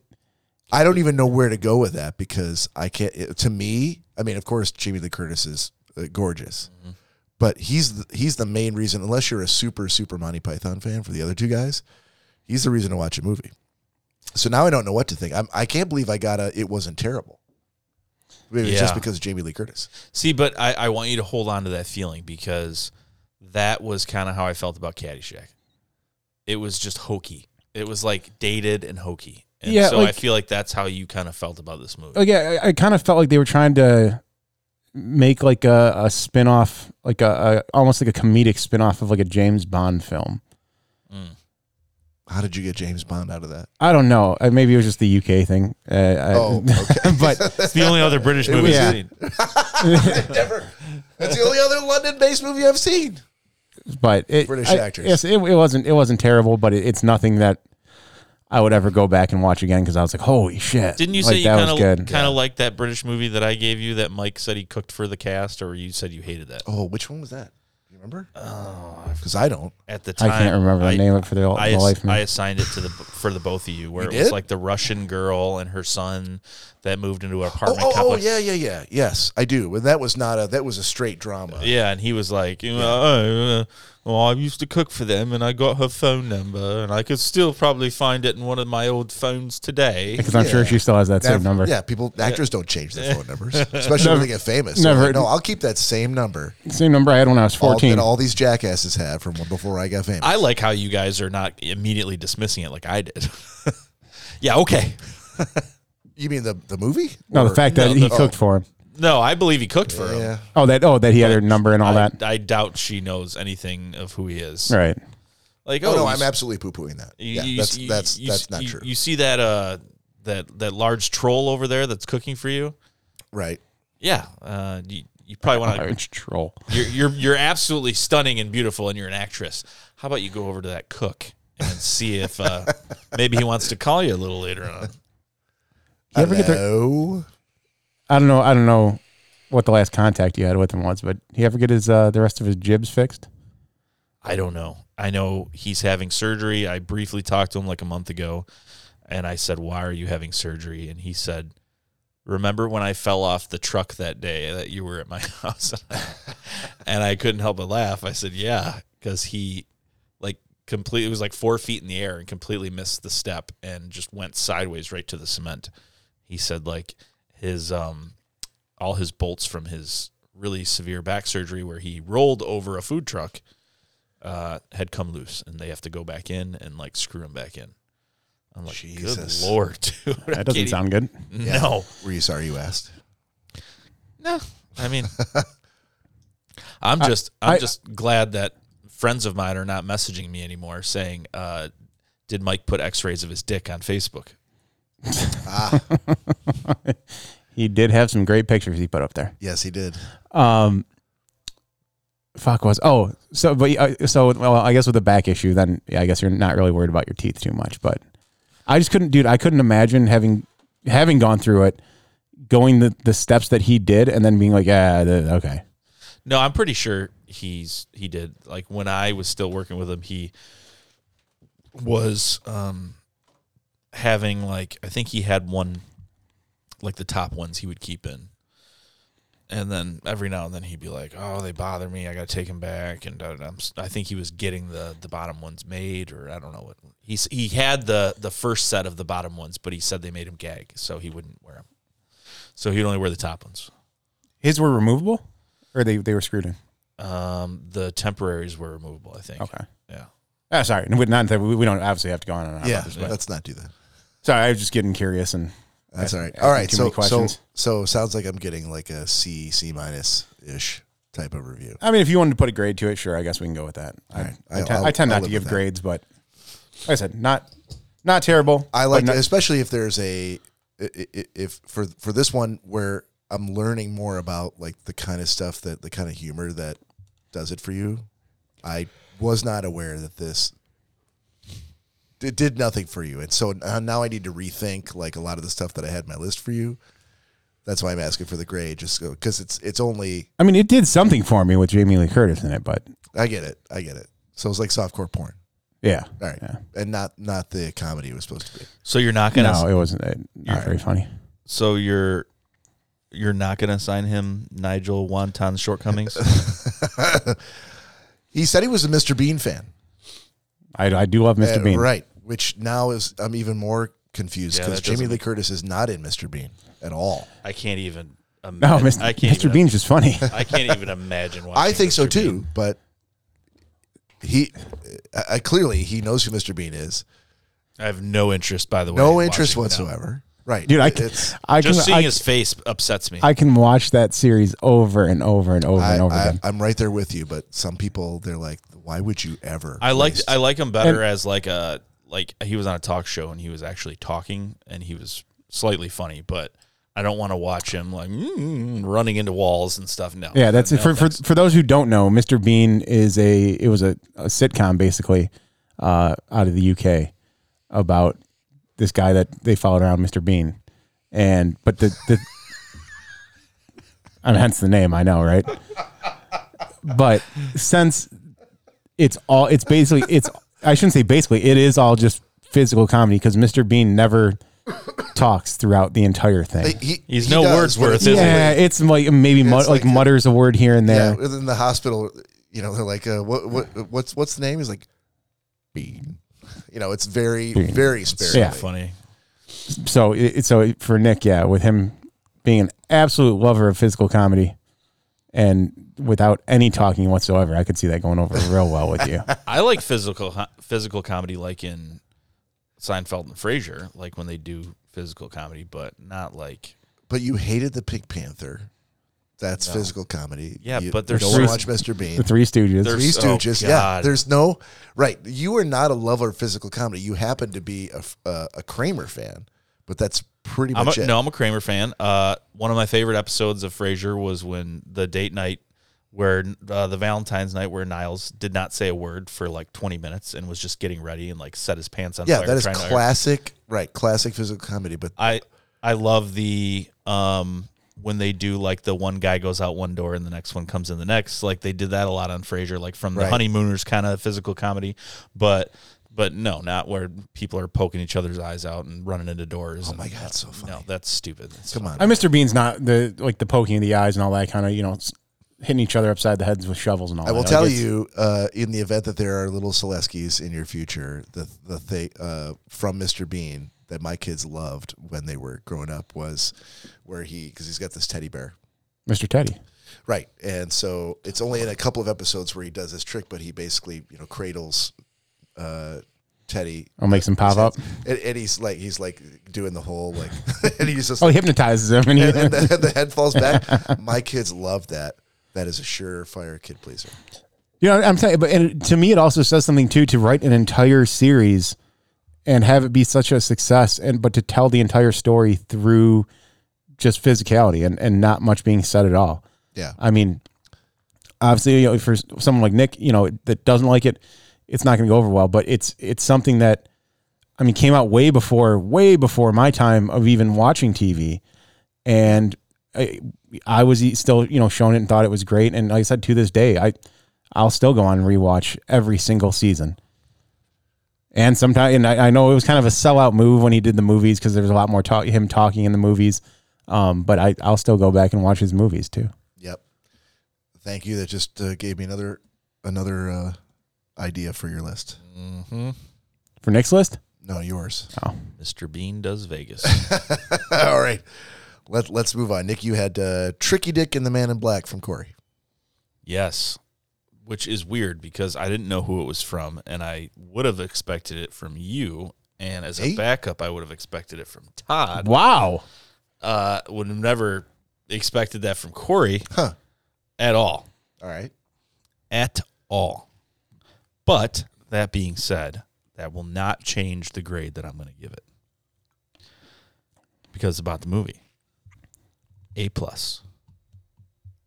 A: I don't even know where to go with that because I can't. It, to me, I mean, of course, Jamie Lee Curtis is uh, gorgeous,
C: Mm-hmm.
A: but he's the, he's the main reason. Unless you're a super super Monty Python fan, for the other two guys, he's the reason to watch a movie. So now I don't know what to think. I'm, I can't believe I got a. It wasn't terrible. Maybe it's just
C: Yeah.
A: because of Jamie Lee Curtis.
C: See, but I, I want you to hold on to that feeling because that was kind of how I felt about Caddyshack. It was just hokey. It was like dated and hokey. And
B: Yeah,
C: so I
B: like-
C: feel like that's how you kind of felt about this movie.
B: like yeah, I, I kind of felt like they were trying to make like a, a spin-off like a, a almost like a comedic spin-off of like a James Bond film.
A: How did you get James Bond out of that?
B: I don't know. Uh, Maybe it was just the UK thing. Uh, I-
A: Oh, okay.
B: but
C: It's the only other British
B: movie was- I've seen.
A: Never. That's the only other London-based movie I've seen.
B: but it,
A: British
B: I-
A: actors.
B: Yes, it, it wasn't it wasn't terrible, but it, it's nothing that I would ever go back and watch again because I was like, holy shit!
C: Didn't you
B: like,
C: say you kind of kind of like that British movie that I gave you that Mike said he cooked for the cast, or you said you hated that
A: Oh, which one was that? You remember? Because Oh, I don't.
C: at the
B: I
C: time?
B: can't remember the
C: I-
B: name of it for the,
C: I,
B: the
C: ass-
B: life. of me.
C: I assigned it to the for the both of you, where
A: You
C: it was
A: did?
C: like the Russian girl and her son that moved into an
A: Oh,
C: apartment
A: oh, oh,
C: complex.
A: yeah, yeah, yeah. Yes, I do. But that was not a. That was a straight drama.
C: Yeah, and he was like, you know, uh, well, I used to cook for them, and I got her phone number, and I could still probably find it in one of my old phones today.
B: because I'm sure
A: yeah.
B: she still has that
A: That-
B: same number.
A: Yeah, people actors don't change their phone numbers, especially when they get famous. They're
B: never.
A: like, no, I'll keep that same number
B: Same number I had when I was
A: all,
B: 14.
A: that all these jackasses had from before I got famous.
C: I like how you guys are not immediately dismissing it like I did. yeah, okay.
A: you mean the the movie?
B: no,
A: Or-
B: the fact that
C: no,
B: he
C: the-
B: cooked for him.
C: No, I believe he cooked for him.
A: Yeah.
B: Oh, that oh that he had her number and all
C: I,
B: that.
C: I doubt she knows anything of who he is.
B: Right.
C: Like, oh,
A: Oh no,
C: you
A: I'm
C: s-
A: absolutely poo pooing that.
C: you-
A: Yeah,
C: you
A: that's
C: s- you-
A: that's
C: you
A: that's
C: s-
A: not
C: you-
A: true.
C: You see that uh that that large troll over there that's cooking for you?
A: right?
C: Yeah, uh, you you probably want to
B: Large troll.
C: You're, you're you're absolutely stunning and beautiful, and you're an actress. How about you go over to that cook and see if uh, maybe he wants to call you a little later on?
B: You ever get their,
A: Hello?
B: I don't know. I don't know what the last contact you had with him was, but he ever get his uh, the rest of his jibs fixed?
C: I don't know. I know he's having surgery. I briefly talked to him like a month ago, and I said, "Why are you having surgery?" And he said, "Remember when I fell off the truck that day that you were at my house?" and I couldn't help but laugh. I said, "Yeah," because he like completely it was like four feet in the air and completely missed the step and just went sideways right to the cement. He said like his um all his bolts from his really severe back surgery where he rolled over a food truck uh, had come loose and they have to go back in and like screw him back in. I'm like,
A: Jesus.
C: good lord, dude. I
B: That
C: can't
B: doesn't
C: even-
B: sound good.
C: No,
A: Were you sorry you asked?
C: no. I mean, I'm just, I, am
B: I-
C: just glad that friends of mine are not messaging me anymore saying, uh, "Did Mike put X-rays of his dick on Facebook?"
B: He did have some great pictures he put up there.
A: Yes, he did.
B: Um, fuck was oh so but uh, so well I guess with the back issue then yeah, I guess you're not really worried about your teeth too much but I just couldn't dude I couldn't imagine having having gone through it going the, the steps that he did and then being like yeah the, okay
C: No, I'm pretty sure he's he did. Like when I was still working with him, he was um having like I think he had one like the top ones he would keep in. And then every now and then he'd be like, "Oh, they bother me. I got to take them back." And da- da- da. I'm, s- I think he was getting the the bottom ones made, or I don't know what he s- he had the the first set of the bottom ones, but he said they made him gag, so he wouldn't wear them. So he'd only wear the top ones.
B: his were removable or they they were screwed in
C: Um, the temporaries were removable, I think.
B: okay
C: Yeah.
B: oh, sorry we- not that we, we don't obviously have to go on and on
A: Yeah,
B: about this, but-
A: let's not do that.
B: sorry I was just getting curious and
A: That's all right.
B: I- I
A: All
B: think
A: right.
B: too
A: So
B: many
A: so
B: questions.
A: so sounds like I'm getting like a C C minus ish type of review.
B: I mean if you wanted to put a grade to it sure I guess we can go with that I,
A: right.
B: I,
A: I'll-
B: ten-
A: I'll-
B: I tend
A: I'll live
B: not to
A: with
B: give
A: that.
B: grades but like I said not not terrible
A: I
B: but
A: like,
B: not-
A: especially if there's a i- i- if for for this one where I'm learning more about like the kind of stuff that the kind of humor that does it for you. I was not aware that this it did nothing for you, and so uh, now I need to rethink like a lot of the stuff that I had in my list for you. That's why I'm asking for the grade, just because it's it's only
B: I mean, it did something for me with Jamie Lee Curtis in it, but
A: I get it, I get it. So it's like softcore porn,
B: yeah,
A: all right,
B: Yeah.
A: and not not the comedy it was supposed to be.
C: So you're not gonna.
B: no, it wasn't it, not very funny.
C: So you're you're not gonna assign him Nigel Wanton's shortcomings.
A: He said he was a Mr. Bean fan.
B: I, I do love Mr.
A: Uh,
B: Bean.
A: Right. Which now is I'm even more confused
C: Yeah,
A: because
C: that
A: Jamie
C: doesn't-
A: Lee Curtis is not in Mr. Bean at all.
C: I can't even. Imagine,
B: No, Mr.
C: I can't
B: Mr.
C: even-
B: Oh, Bean's just funny.
C: I can't even imagine. Watching
A: I think so
C: Mr.
A: too,
C: Bean.
A: but he I, I- clearly he knows who Mr. Bean is.
C: I have no interest, by the way.
A: No
C: in
A: interest
C: watching it now.
A: whatsoever. Right.
B: Dude, I
A: It-
B: can,
A: it's
B: I can,
C: Just seeing
B: I,
C: his face upsets me.
B: I can watch that series over and over and over
A: I,
B: and over again.
A: am right there with you, but some people they're like, why would you ever?
C: I like
A: waste-
C: I like him better as like a like he was on a talk show and he was actually talking and he was slightly funny, but I don't want to watch him like mm, running into walls and stuff. No,
B: Yeah, that's
C: no,
B: it. For, for for those who don't know, Mr. Bean is a it was a, a sitcom basically uh, out of the UK about this guy that they followed around, Mr. Bean, and but the the I mean, hence the name, I know, right? But since it's all it's basically it's I shouldn't say basically it is all just physical comedy because Mr. Bean never talks throughout the entire thing.
A: He-
C: He's
A: he
C: no
A: does, but
C: Wordsworth,
A: it's-
C: is he?
B: Yeah, it's like maybe mu-
A: It's like
B: like,
A: a-
B: mutters a word here and there.
A: Yeah, within the hospital, you know, they're like, uh, what, what, what's, what's the name? He's like, Bean. You know, it's very, very sparingly.
B: Yeah.
C: funny.
B: so it, so for Nick, yeah, with him being an absolute lover of physical comedy and without any talking whatsoever, I could see that going over real well with you.
C: I like physical physical comedy, like in Seinfeld and Frasier, like when they do physical comedy, but not like
A: But you hated the Pink Panther. That's physical comedy.
C: Yeah,
A: You
C: but there's
A: don't
C: so-
A: watch Mr. Bean.
B: The Three Stooges.
C: There's-
A: Three
C: oh,
A: Stooges. yeah,
C: God.
A: there's no right. You are not a lover of physical comedy. You happen to be a, f- uh, a, a Kramer fan, but that's pretty
C: I'm
A: much
C: a,
A: it.
C: no, I'm a Kramer fan. Uh, one of my favorite episodes of Frasier was when the date night where uh, the Valentine's night where Niles did not say a word for like 20 minutes and was just getting ready and like set his pants on
A: yeah,
C: fire.
A: that is
C: trying to-
A: classic. Right, classic physical comedy. But
C: I I love the um when they do like the one guy goes out one door and the next one comes in the next. Like they did that a lot on Frasier, like from the
A: Right.
C: honeymooners kind of physical comedy, but but no, not where people are poking each other's eyes out and running into doors.
A: oh my god, so funny.
C: No, that's stupid. That's
A: Come on,
B: Uh, Mr. Bean's not the like the poking of the eyes and all that kind of you know s- hitting each other upside the heads with shovels and all.
A: I will
B: that.
A: tell
B: Like, it's-
A: you, uh, in the event that there are little Seleskis in your future, the the thing uh, from Mr. Bean that my kids loved when they were growing up was where he because he's got this teddy bear,
B: Mr. Teddy.
A: right? And so it's only in a couple of episodes where he does this trick, but he basically you know cradles uh, Teddy.
B: I'll make some pop up.
A: And, and he's like he's like doing the whole like, and he's just
B: Oh, he hypnotizes him and, he,
A: and the, the head falls back. My kids love that. That is a surefire kid pleaser.
B: You know, I'm saying, but and to me, it also says something too to write an entire series and have it be such a success, and but to tell the entire story through just physicality and and not much being said at all.
A: Yeah.
B: I mean, obviously, you know, for someone like Nick, you know, that doesn't like it, it's not going to go over well. But it's it's something that, I mean, came out way before, way before my time of even watching TV, and I, I was e- still, you know, shown it and thought it was great. And like I said, to this day, I I'll still go on and rewatch every single season. And sometimes, and I, I know it was kind of a sellout move when he did the movies because there was a lot more talk, him talking in the movies. Um, but I, I'll still go back and watch his movies too.
A: Yep. Thank you. That just uh, gave me another another uh, idea for your list.
C: Mm-hmm.
B: For Nick's list,
A: No, yours.
C: Mr. Bean does Vegas.
A: All right. Let Let's move on. Nick, you had uh, Tricky Dick and the Man in Black from Corey.
C: yes. Which is weird because I didn't know who it was from and I would have expected it from you. And as
A: Hey.
C: a backup, I would have expected it from Todd.
B: wow,
C: Uh, would have never expected that from Corey
A: Huh.
C: at all.
A: All right.
C: At all. But that being said, that will not change the grade that I'm going to give it because it's about the movie. A plus.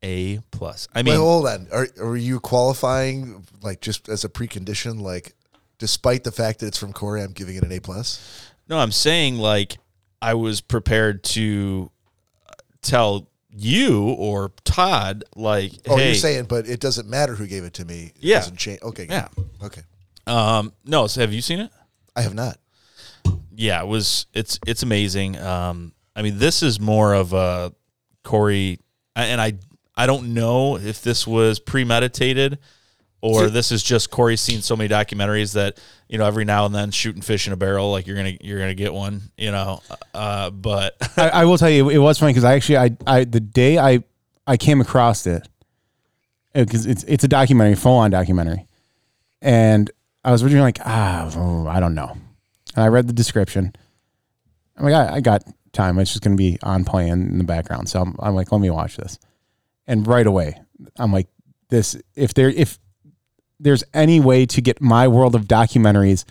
C: A plus. I
A: Wait,
C: mean,
A: hold on. Are are you qualifying like just as a precondition? Like, despite the fact that it's from Corey, I'm giving it an A plus.
C: No, I'm saying like I was prepared to uh, tell you or Todd like,
A: Oh,
C: hey,
A: you're saying, but it doesn't matter who gave it to me. It
C: Yeah.
A: doesn't change. Okay. good.
C: Yeah.
A: Okay.
C: um, no. So have you seen it?
A: I have not.
C: Yeah, it was. It's it's amazing. Um, I mean, this is more of a Corey, and I I don't know if this was premeditated or this is just Corey's seen so many documentaries that you know every now and then shooting fish in a barrel like you're gonna you're gonna get one you know uh, but
B: I, I will tell you, it was funny because I actually, I, I, the day I, I came across it, because it's it's a documentary, full on documentary, and I was originally like, ah, oh, I don't know, and I read the description. I'm like, I, I got time. It's just going to be on playing in the background, so I'm, I'm like, let me watch this, and right away, I'm like, this if there if there's any way to get my world of documentaries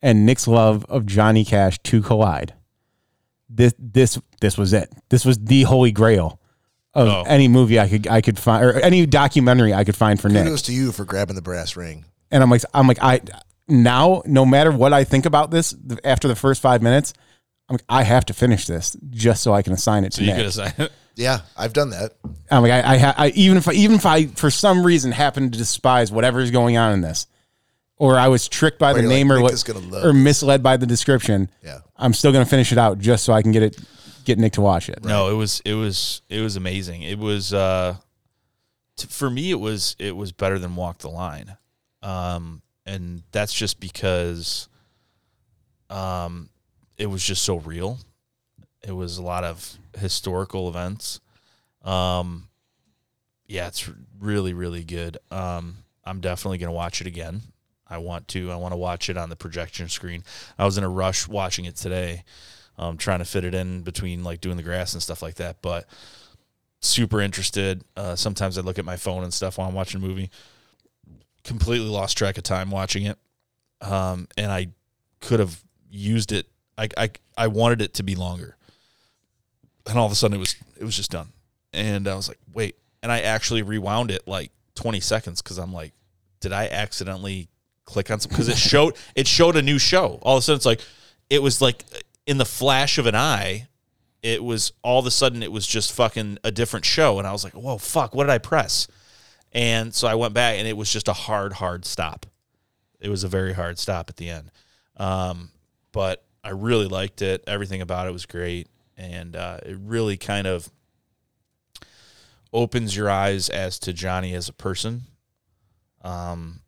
B: and Nick's love of Johnny Cash to collide this this this was it. This was the holy grail of
C: Oh.
B: any movie I could I could find or any documentary I could find for Nick.
A: Kudos to you for grabbing the brass ring.
B: And I'm like I'm like I now no matter what I think about this th- after the first five minutes, I'm like I have to finish this just so I can assign it to
C: so you
B: Nick.
C: could assign it.
A: Yeah, I've done that.
B: I'm like I, I, ha- I even if I, even if I for some reason happen to despise whatever is going on in this, or I was tricked by
A: Or
B: the
A: you're
B: name
A: like,
B: or
A: Nick
B: what,
A: is gonna love
B: or
A: this.
B: misled by the description.
A: Yeah.
B: I'm still gonna finish it out just so I can get it get Nick to watch it.
C: No, it was it was it was amazing. It was uh t- for me it was it was better than Walk the Line. Um and that's just because um it was just so real. It was a lot of historical events. Um yeah, it's really really good. Um I'm definitely going to watch it again. I want to. I want to watch it on the projection screen. I was in a rush watching it today um, trying to fit it in between like doing the grass and stuff like that. But super interested. Uh, sometimes I look at my phone and stuff while I'm watching a movie. Completely lost track of time watching it, um, and I could have used it. I, I I wanted it to be longer, and all of a sudden it was it was just done, and I was like, wait. And I actually rewound it like 20 seconds because I'm like, did I accidentally click on something? Because it showed it showed a new show. All of a sudden it's like it was like in the flash of an eye, it was all of a sudden it was just fucking a different show, and I was like, whoa, fuck, what did I press? And so I went back, and it was just a hard, hard stop. It was a very hard stop at the end, um, but I really liked it. Everything about it was great, and uh, it really kind of opens your eyes as to Johnny as a person, um,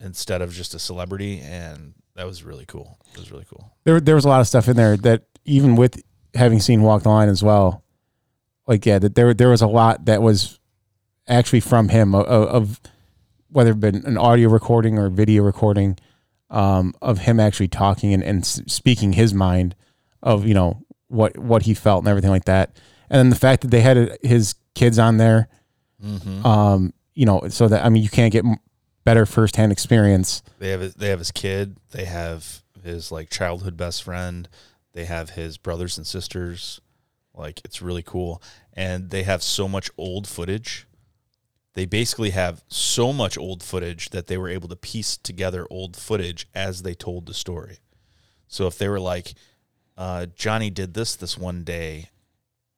C: instead of just a celebrity, and that was really cool. It was really cool.
B: there there was a lot of stuff in there that even with having seen Walk the Line as well, like yeah, that there there was a lot that was actually from him of, of whether it been an audio recording or video recording um, of him actually talking and, and s- speaking his mind of you know what what he felt and everything like that, and then the fact that they had uh, his kids on there, um, you know, so that I mean you can't get m- better firsthand experience
C: They have they have his kid. They have his like childhood best friend. They have his brothers and sisters. Like it's really cool, and they have so much old footage. They basically have so much old footage that they were able to piece together old footage as they told the story. So if they were like, uh, Johnny did this this one day,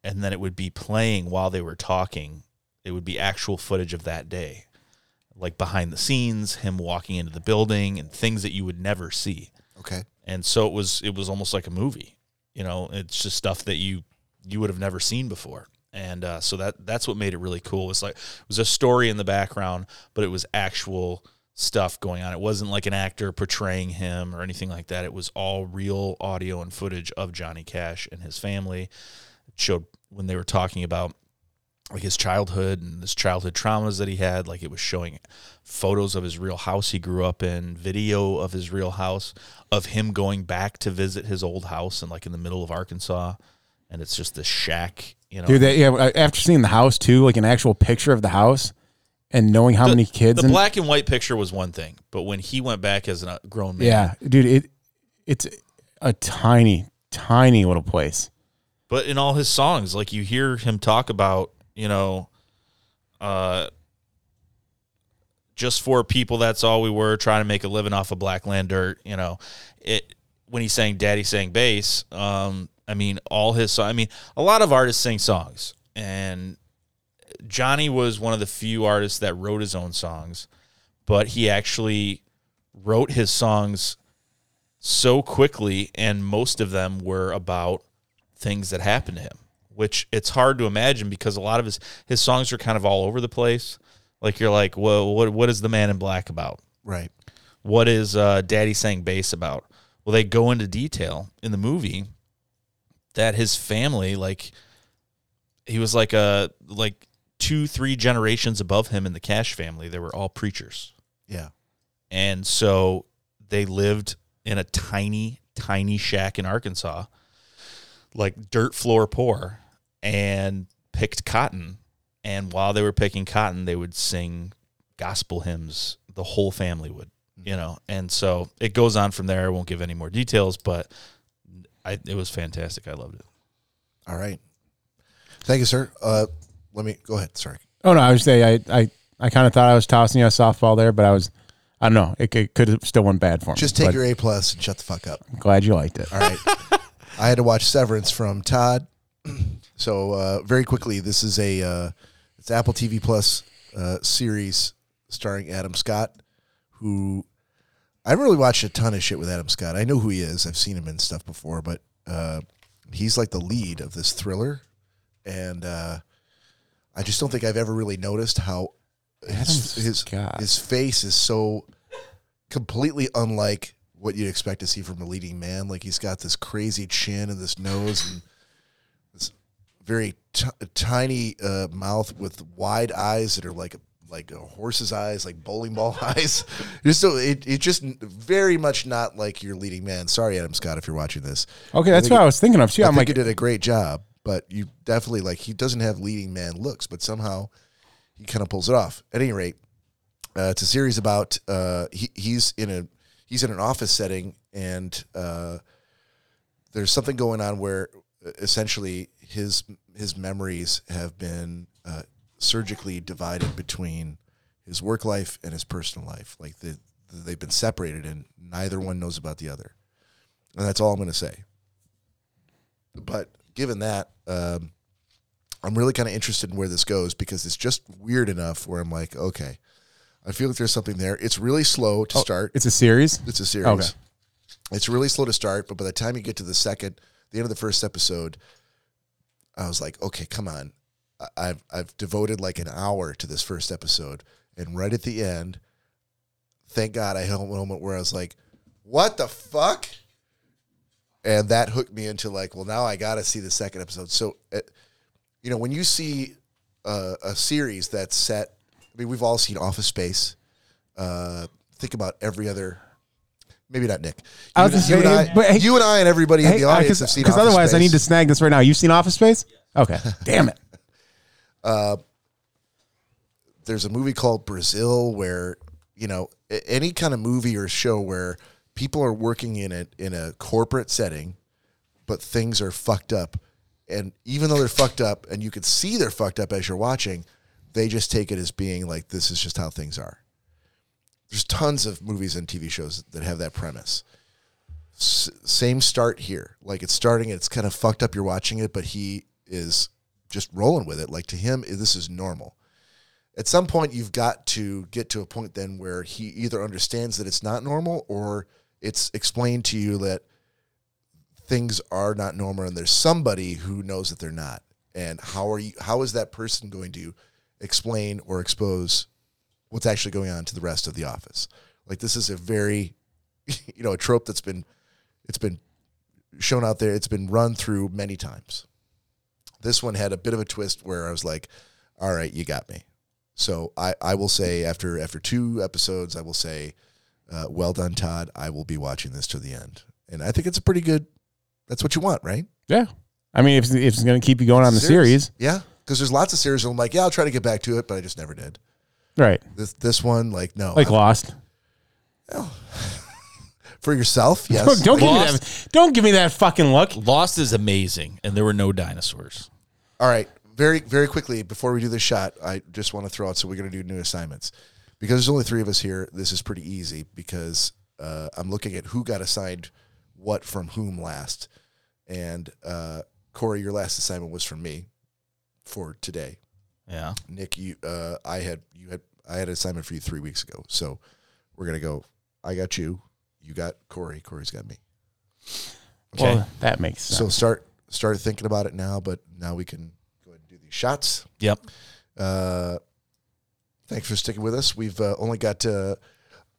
C: and then it would be playing while they were talking. It would be actual footage of that day like behind the scenes, him walking into the building and things that you would never see.
A: Okay.
C: And so it was it was almost like a movie. You know, it's just stuff that you you would have never seen before. And uh, so that that's what made it really cool. It's like it was a story in the background, but it was actual stuff going on. It wasn't like an actor portraying him or anything like that. It was all real audio and footage of Johnny Cash and his family. It showed when they were talking about like his childhood and his childhood traumas that he had. Like it was showing photos of his real house he grew up in, video of his real house, of him going back to visit his old house and like in the middle of Arkansas. And it's just this shack, you know.
A: Oh.
B: Dude, that yeah. After seeing the house too, like an actual picture of the house, and knowing how many kids
C: the
B: and
C: black and white picture was one thing, but when he went back as a grown man,
B: yeah, dude, it it's a tiny, tiny little place.
C: But in all his songs, like you hear him talk about, you know, uh, just for people, that's all we were trying to make a living off of black land dirt. You know, it when he sang "Daddy Sang Bass." Um, I mean, all his so- I mean, a lot of artists sing songs, and Johnny was one of the few artists that wrote his own songs, but he actually wrote his songs so quickly, and most of them were about things that happened to him, which it's hard to imagine because a lot of his his songs are kind of all over the place. Like you're like, well, what what is the Man in Black about?
A: Right.
C: What is uh, Daddy saying bass about? Well, they go into detail in the movie that his family, like, he was like a like two three generations above him in the Cash family. They were all preachers
A: Yeah.
C: and so they lived in a tiny tiny shack in arkansas like dirt floor poor and picked cotton and while they were picking cotton they would sing gospel hymns the whole family would you know and so it goes on from there i won't give any more details but I, it was fantastic i loved it
A: All right. Thank you, sir. Uh, let me go ahead. Sorry.
B: Oh no, I was say I I, I kind of thought I was tossing you a softball there, but I was I don't know. It could, could have still went bad for me.
A: Just take
B: but
A: your A plus and shut the fuck up.
B: Glad you liked it.
A: All right. I had to watch Severance from Todd. So uh, very quickly, this is a uh, it's Apple TV Plus uh, series starring Adam Scott, who I haven't really watched a ton of shit with Adam Scott. I know who he is. I've seen him in stuff before, but uh, he's like the lead of this thriller, and uh, I just don't think I've ever really noticed how his
B: Adam
A: his,
B: Scott.
A: his face is so completely unlike what you'd expect to see from a leading man. Like he's got this crazy chin and this nose and this very t- tiny uh, mouth with wide eyes that are like like a horse's eyes, like bowling ball eyes. Just so it, it just n- very much not like your leading man. Sorry, Adam Scott, if you're watching this.
B: Okay, that's what I was thinking of too.
A: I
B: I'm
A: think
B: like,
A: you did a great job, but you definitely like he doesn't have leading man looks, but somehow he kind of pulls it off. At any rate, uh, it's a series about uh, he, he's in a he's in an office setting and uh, there's something going on where uh, essentially his his memories have been uh, surgically divided between his work life and his personal life. Like the, they've been separated and neither one knows about the other. And that's all I'm going to say but given that, um, I'm really kind of interested in where this goes because it's just weird enough where I'm like, okay, I feel like there's something there. It's really slow to start.
B: Oh, it's a series.
A: It's a series.
B: Okay.
A: It's really slow to start, but by the time you get to the second, the end of the first episode, I was like, okay, come on. I- I've I've devoted like an hour to this first episode, and right at the end, thank God I had a moment where I was like, what the fuck? And that hooked me into like, well, now I got to see the second episode. So, uh, you know, when you see uh, a series that's set, I mean, we've all seen Office Space. Uh, think about every other. Maybe not Nick. You,
B: I was
A: you,
B: gonna
A: and,
B: say,
A: I,
B: but hey-
A: you and I and everybody in
B: Hey,
A: the
B: uh,
A: audience have seen. Office
B: otherwise I
A: Space.
B: need to snag this right now. You've seen Office Space? Okay. Damn it.
A: there's a movie called Brazil where you know a- any kind of movie or show where people are working in it in a corporate setting, but things are fucked up, and even though they're fucked up, and you can see they're fucked up as you're watching, they just take it as being like this is just how things are. There's tons of movies and TV shows that have that premise. S- same start here, like it's starting, it's kind of fucked up. You're watching it, but he is just rolling with it. Like to him, this is normal at some point you've got to get to a point then where he either understands that it's not normal or it's explained to you that things are not normal and there's somebody who knows that they're not and how are you how is that person going to explain or expose what's actually going on to the rest of the office like this is a very you know a trope that's been it's been shown out there it's been run through many times this one had a bit of a twist where i was like all right you got me so I, I will say after after two episodes, I will say, uh, well done, Todd. I will be watching this to the end, and I think it's a pretty good. That's what you want, right?
B: Yeah. I mean, if, if it's going to keep you going on the series,
A: yeah. Because there's lots of series. Where I'm like, yeah, I'll try to get back to it, but I just never did.
B: right?
A: Uh, This this one, like, no,
B: Like
A: I-
B: Lost.
A: for yourself. Yes.
B: Look, don't give me
C: Lost.
B: that. Don't give me that fucking look.
C: Lost is amazing, and there were no dinosaurs.
A: All right. Very, very quickly before we do this shot, I just want to throw out. So we're going to do new assignments because there's only three of us here. This is pretty easy because uh, I'm looking at who got assigned what from whom last. And uh, Corey, your last assignment was from me for today.
C: Yeah.
A: Nick, you, uh, I had you had I had an assignment for you three weeks ago. So we're gonna go. I got you. You got Corey. Corey's got me.
C: Okay.
B: Well, that makes sense.
A: So start start thinking about it now. But now we can go ahead and do these shots.
C: yep.
A: Uh, thanks for sticking with us. We've uh, only got uh,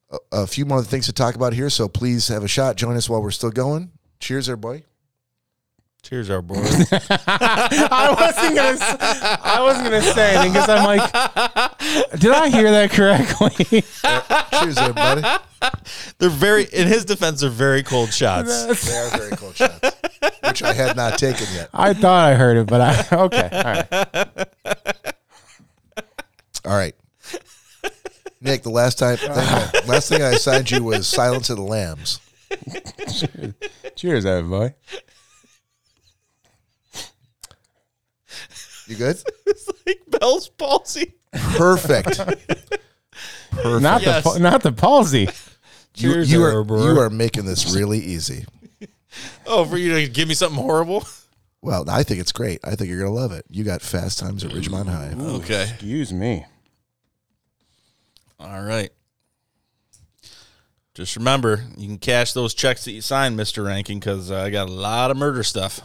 A: a, a few more things to talk about here, so please have a shot. Join us while we're still going. Cheers, everybody.
C: Cheers, our boy.
B: I wasn't gonna. s- I wasn't gonna say anything because I'm like, did I hear that correctly?
A: Cheers, everybody.
C: they're very. In his defense, they're very cold shots.
A: they are very cold shots, which I had not taken yet.
B: I thought I heard it, but I okay. All right.
A: All right. Nick, the last time, thing I- last thing I assigned you was Silence of the Lambs.
B: Cheers, everybody.
A: You good?
C: it's like Bell's palsy.
A: Perfect. Perfect.
B: Not
C: Yes.
B: the pa- not the palsy.
A: you,
C: Cheers,
A: you are
C: Erber.
A: you are making this really easy.
C: Oh, for you to give me something horrible.
A: Well, I think it's great. I think you're gonna love it. You got Fast Times at Ridgemont High.
C: Okay.
B: Excuse me.
C: All right. Just remember, you can cash those checks that you signed, Mister Rankin, because uh, I got a lot of murder stuff.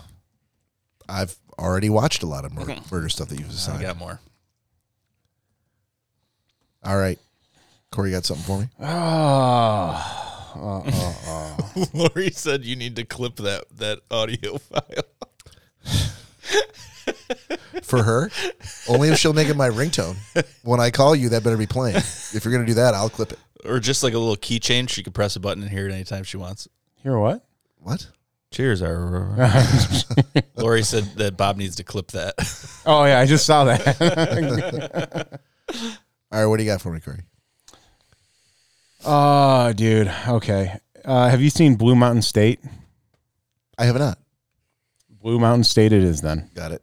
A: I've already watched a lot of mur- murder stuff that you've
C: I
A: assigned.
C: got more.
A: All right. Corey, you got something for me?
B: Oh,
C: Lori said you need to clip that that audio file.
A: For her? Only if she'll make it my ringtone. When I call you, that better be playing. If you're going to do that, I'll clip it.
C: Or just like a little keychain, she could press a button and hear it anytime she wants.
B: hear what?
A: What?
C: Cheers, Aurora. Lori said that Bob needs to clip that.
B: Oh yeah, I just saw that.
A: All right, what do you got for me, Corey?
B: oh, dude. Okay. Uh, have you seen Blue Mountain State?
A: I have not.
B: Blue Mountain State. It is then.
A: Got it.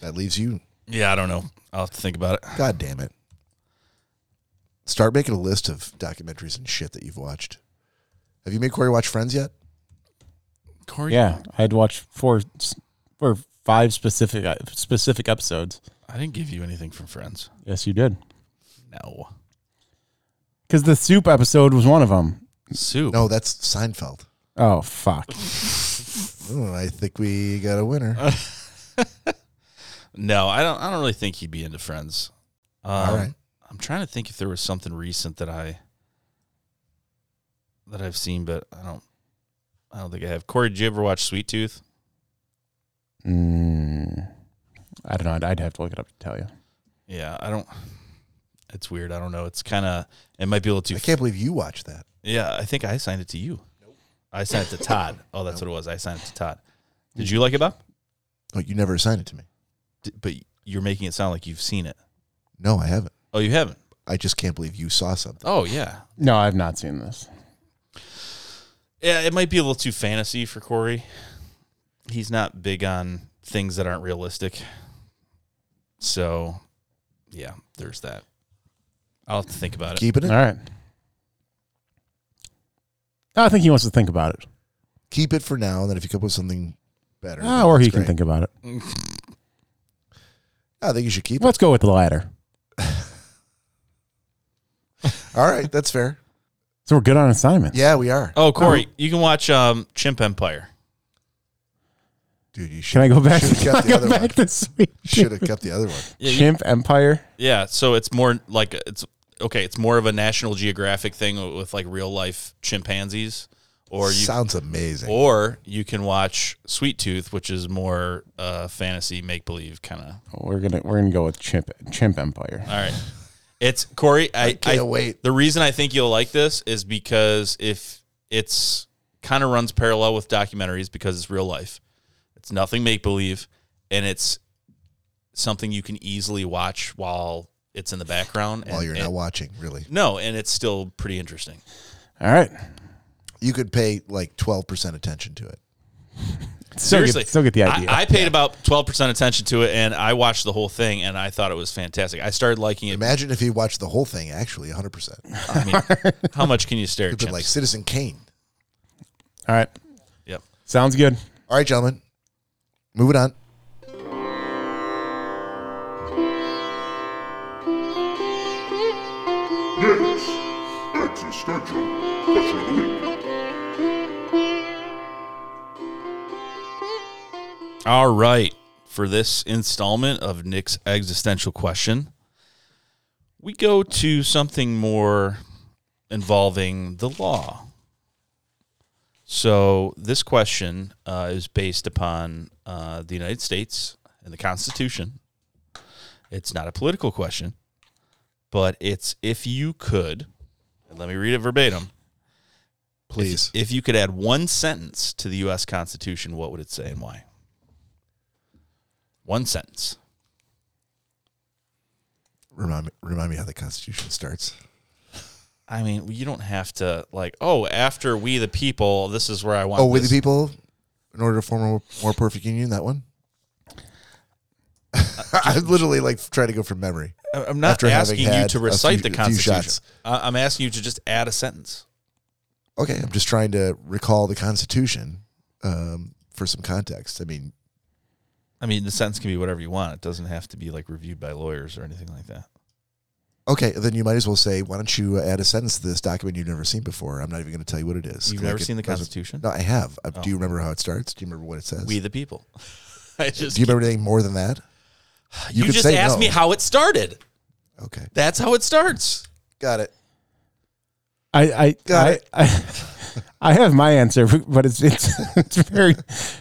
A: That leaves you.
C: Yeah, I don't know. I'll have to think about it.
A: God damn it. Start making a list of documentaries and shit that you've watched. Have you made Corey watch Friends yet?
C: Corey,
B: Yeah, I'd watch four s- or five specific uh, specific episodes.
C: I didn't give you anything from Friends.
B: Yes, you did.
C: No
B: Because the soup episode was one of them.
C: soup.
A: No, that's Seinfeld.
B: Oh fuck.
A: Ooh, I think we got a winner.
C: No, I don't. I don't really think he'd be into Friends. Um,
A: All right.
C: I'm trying to think if there was something recent that I that I've seen, but I don't. I don't think I have. Corey, did you ever watch Sweet Tooth?
B: Mm, I don't know. I'd, I'd have to look it up to tell you.
C: Yeah, I don't. It's weird. I don't know. It's kind of. It might be a little too.
A: I can't believe you watched that.
C: yeah, I think I assigned it to you. Nope. I assigned it to Todd. Oh, that's what it was. I assigned it to Todd. Did you like it, Bob?
A: Oh, you never assigned it to me.
C: D- but you're making it sound like you've seen it.
A: No, I haven't.
C: Oh, you haven't.
A: I just can't believe you saw something.
C: Oh, yeah.
B: No, I've not seen this.
C: Yeah, it might be a little too fantasy for Corey. He's not big on things that aren't realistic. So, yeah, there's that. I'll have to think about it.
A: Keeping
B: All
A: it,
B: right. No, I think he wants to think about it.
A: keep it for now, and then if you come up with something better,
B: Ah,
A: then
B: or he
A: that's
B: can
A: great.
B: think about it.
A: I think you should keep it.
B: Let's go with the latter.
A: All right, that's fair.
B: So we're good on assignments.
A: Yeah, we are,
C: Oh, Corey, you can watch um, Chimp Empire.
A: dude. You should.
B: Can I go back?
A: Should've
B: Can
A: kept
B: I
A: the
B: go
A: other
B: back
A: one.
B: to sweet
A: Should have kept the other one.
C: Yeah, you-
B: Chimp Empire?
C: yeah, so it's more like it's okay. It's more of a National Geographic thing with like real life chimpanzees, or you
A: Sounds amazing.
C: or you can watch Sweet Tooth, which is more uh, fantasy make believe kind of
B: We're gonna we're gonna go with Chimp Chimp Empire.
C: All right. It's Corey. I,
A: can't
C: I-
A: wait.
C: The reason I think you'll like this is because if it's kind of runs parallel with documentaries because it's real life. It's nothing make believe, and it's something you can easily watch while it's in the background.
A: while
C: and
A: you're
C: it-
A: not watching, really.
C: no, and it's still pretty interesting.
B: All right.
A: You could pay like 12% attention to it.
B: Still
C: Seriously,
B: get, still get the idea.
C: I, I paid about twelve percent attention to it, and I watched the whole thing, and I thought it was fantastic. I started liking it.
A: Imagine if you watched the whole thing, actually, 100%. It
C: I mean, how much can you stare at?
A: would been like
C: chimps?
A: Citizen Kane.
B: All right.
C: Yep.
B: Sounds good.
A: All right, gentlemen. Moving on.
E: Next, existential question of the week.
C: All right. For this installment of Nick's existential question, we go to something more involving the law. So, this question uh, is based upon uh, the United States and the Constitution. It's not a political question, but it's if you could, and let me read it verbatim.
A: Please.
C: If you could add one sentence to the U.S. Constitution, what would it say and why? One sentence.
A: Remind me, remind me how the Constitution starts.
C: I mean, you don't have to like. Oh, after we the people, this is where I want.
A: Oh, with the
C: this."
A: people, in order to form a more perfect union, that one? I literally like trying to go from memory.
C: I- I'm not
A: after having
C: asking you
A: had
C: to
A: a
C: recite
A: few-
C: the
A: a few
C: Constitution.
A: shots.
C: I- I'm asking you to just add a sentence.
A: Okay, I'm just trying to recall the Constitution um, for some context. I mean,
C: I mean, the sentence can be whatever you want. It doesn't have to be like reviewed by lawyers or anything like that.
A: okay, then you might as well say, why don't you add a sentence to this document you've never seen before? I'm not even going to tell you what it is.
C: You've
A: 'Cause I
C: never
A: could-
C: seen the
A: doesn't-
C: Constitution?
A: No, I have. Uh,
C: Oh.
A: Do you remember how it starts? Do you remember what it says?
C: We the people. I just
A: Do you remember anything more than that?
C: you,
A: could
C: just
A: say
C: asked
A: no.
C: me how it started.
A: Okay,
C: That's how it starts.
A: got it.
B: I I
A: Got
B: I,
A: it.
B: I, I have my answer, but it's it's it's very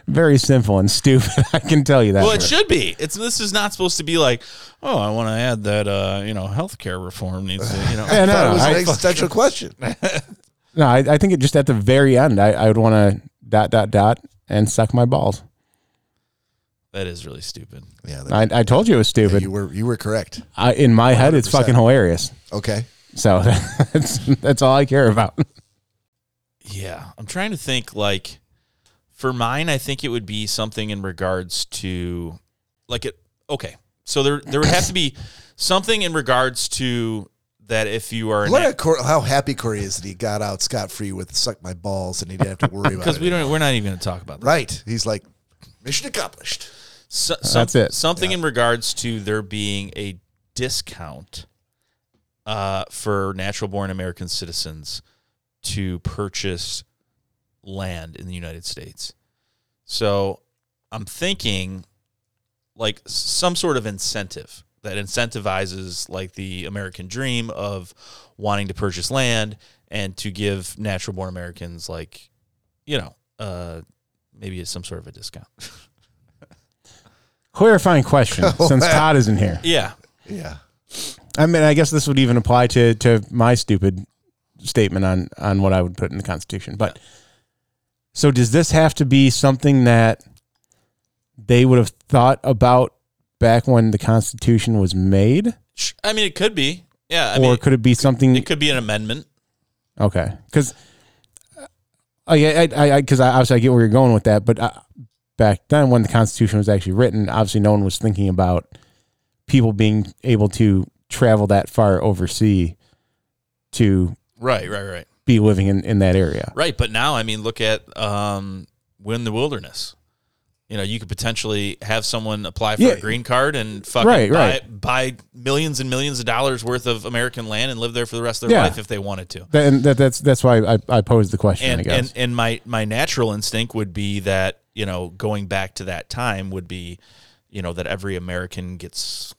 B: very simple and stupid. I can tell you that.
C: Well, it
B: much.
C: should be. It's this is not supposed to be like, oh, I want to add that uh, you know, healthcare reform needs to, you know.
B: Yeah, no,
A: That was
B: I-
A: an existential question.
B: No, I, I think it just at the very end, I, I would want to dot dot dot and suck my balls.
C: That is really stupid.
A: Yeah, that-
B: I, I told you it was
A: yeah,
B: stupid.
A: you were you were correct.
B: I, in my head, it's
A: 100%.
B: fucking hilarious.
A: Okay,
B: So that's that's all I care about.
C: Yeah, I'm trying to think like for mine I think it would be something in regards to like it okay. So there there would have to be something in regards to that if you are an
A: look at Cor- how happy Corey is that he got out scot free with "suck my balls" and he didn't have to worry about it.
C: because we don't we're not even going to talk about that.
A: Right? He's like, mission accomplished.
C: So,
B: That's it.
C: Something in regards to there being a discount uh, for natural born American citizens to purchase land in the United States. So I'm thinking like s- some sort of incentive that incentivizes like the American dream of wanting to purchase land and to give natural born Americans like, you know, uh, maybe it's some sort of a discount.
B: Clarifying question, since Todd isn't here.
C: yeah.
A: Yeah.
B: I mean, I guess this would even apply to to my stupid statement on on what I would put in the Constitution. But so does this have to be something that they would have thought about back when the Constitution was made,
C: Sh- I mean, it could be. Yeah, I
B: or
C: mean,
B: could it be something?
C: it could be an amendment.
B: okay, because I I because I, obviously I get where you're going with that, but uh back then when the Constitution was actually written, obviously no one was thinking about people being able to travel that far overseas to
C: Right, right, right,
B: be living in, in that area.
C: right. But now, I mean, look at um, win the wilderness. You know, you could potentially have someone apply for
B: Yeah.
C: a green card and fucking
B: Right,
C: buy,
B: right.
C: buy millions and millions of dollars worth of American land and live there for the rest of their
B: Yeah.
C: life if they wanted to.
B: That, and that, that's that's why I, I posed the question. I
C: And,
B: guess
C: and and my my natural instinct would be that you know going back to that time would be, you know, that every American gets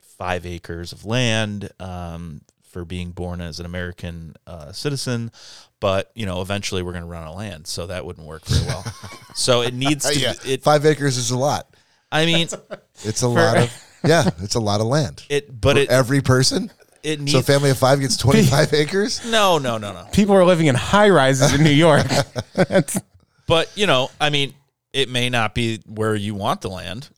C: five acres of land um, for being born as an American uh, citizen. But you know, eventually we're going to run out of land, so that wouldn't work very well. so it needs to. It,
A: Uh, Five acres is a lot.
C: I mean,
A: It's a lot of yeah. It's a lot of land.
C: it. But it.
A: Every person.
C: It needs.
A: So a family of five gets twenty five acres.
C: no, no, no, no.
B: people are living in high rises in New York. That's-
C: But you know, I mean, it may not be where you want the land,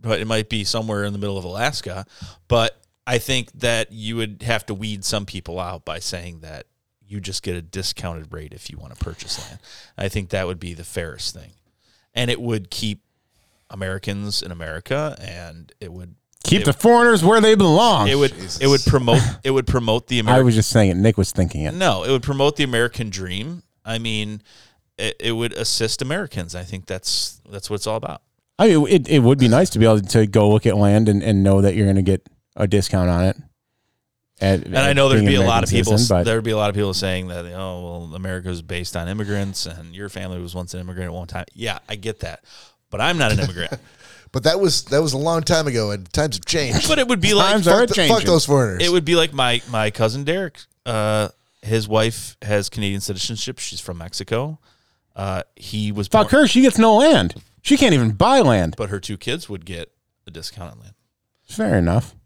C: but it might be somewhere in the middle of Alaska. But I think that you would have to weed some people out by saying that you just get a discounted rate if you want to purchase land. I think that would be the fairest thing. And it would keep Americans in America and it would
B: Keep
C: it,
B: the foreigners where they belong.
C: it would it would promote it would promote the
B: Oh, I
C: American
B: was just saying it. Nick was thinking it.
C: no, it would promote the American dream. I mean, it, it would assist Americans. I think that's that's what it's all about.
B: I mean, it, it would be nice to be able to go look at land and, and know that you're going to get a discount on it. At,
C: And I know there'd be a lot of people
B: but
C: there'd be a lot of people saying that oh well America was based on immigrants and your family was once an immigrant at one time. Yeah, I get that. But I'm not an immigrant.
A: But that was that was a long time ago, and times have changed.
C: but it would be like
B: Times are
A: fuck, the- fuck
B: changing.
A: those foreigners.
C: it would be like my my cousin Derek. Uh, his wife has Canadian citizenship. She's from Mexico. Uh, he was
B: fuck
C: born-
B: her. She gets no land. She can't even buy land.
C: but her two kids would get a discount on land.
B: Fair enough.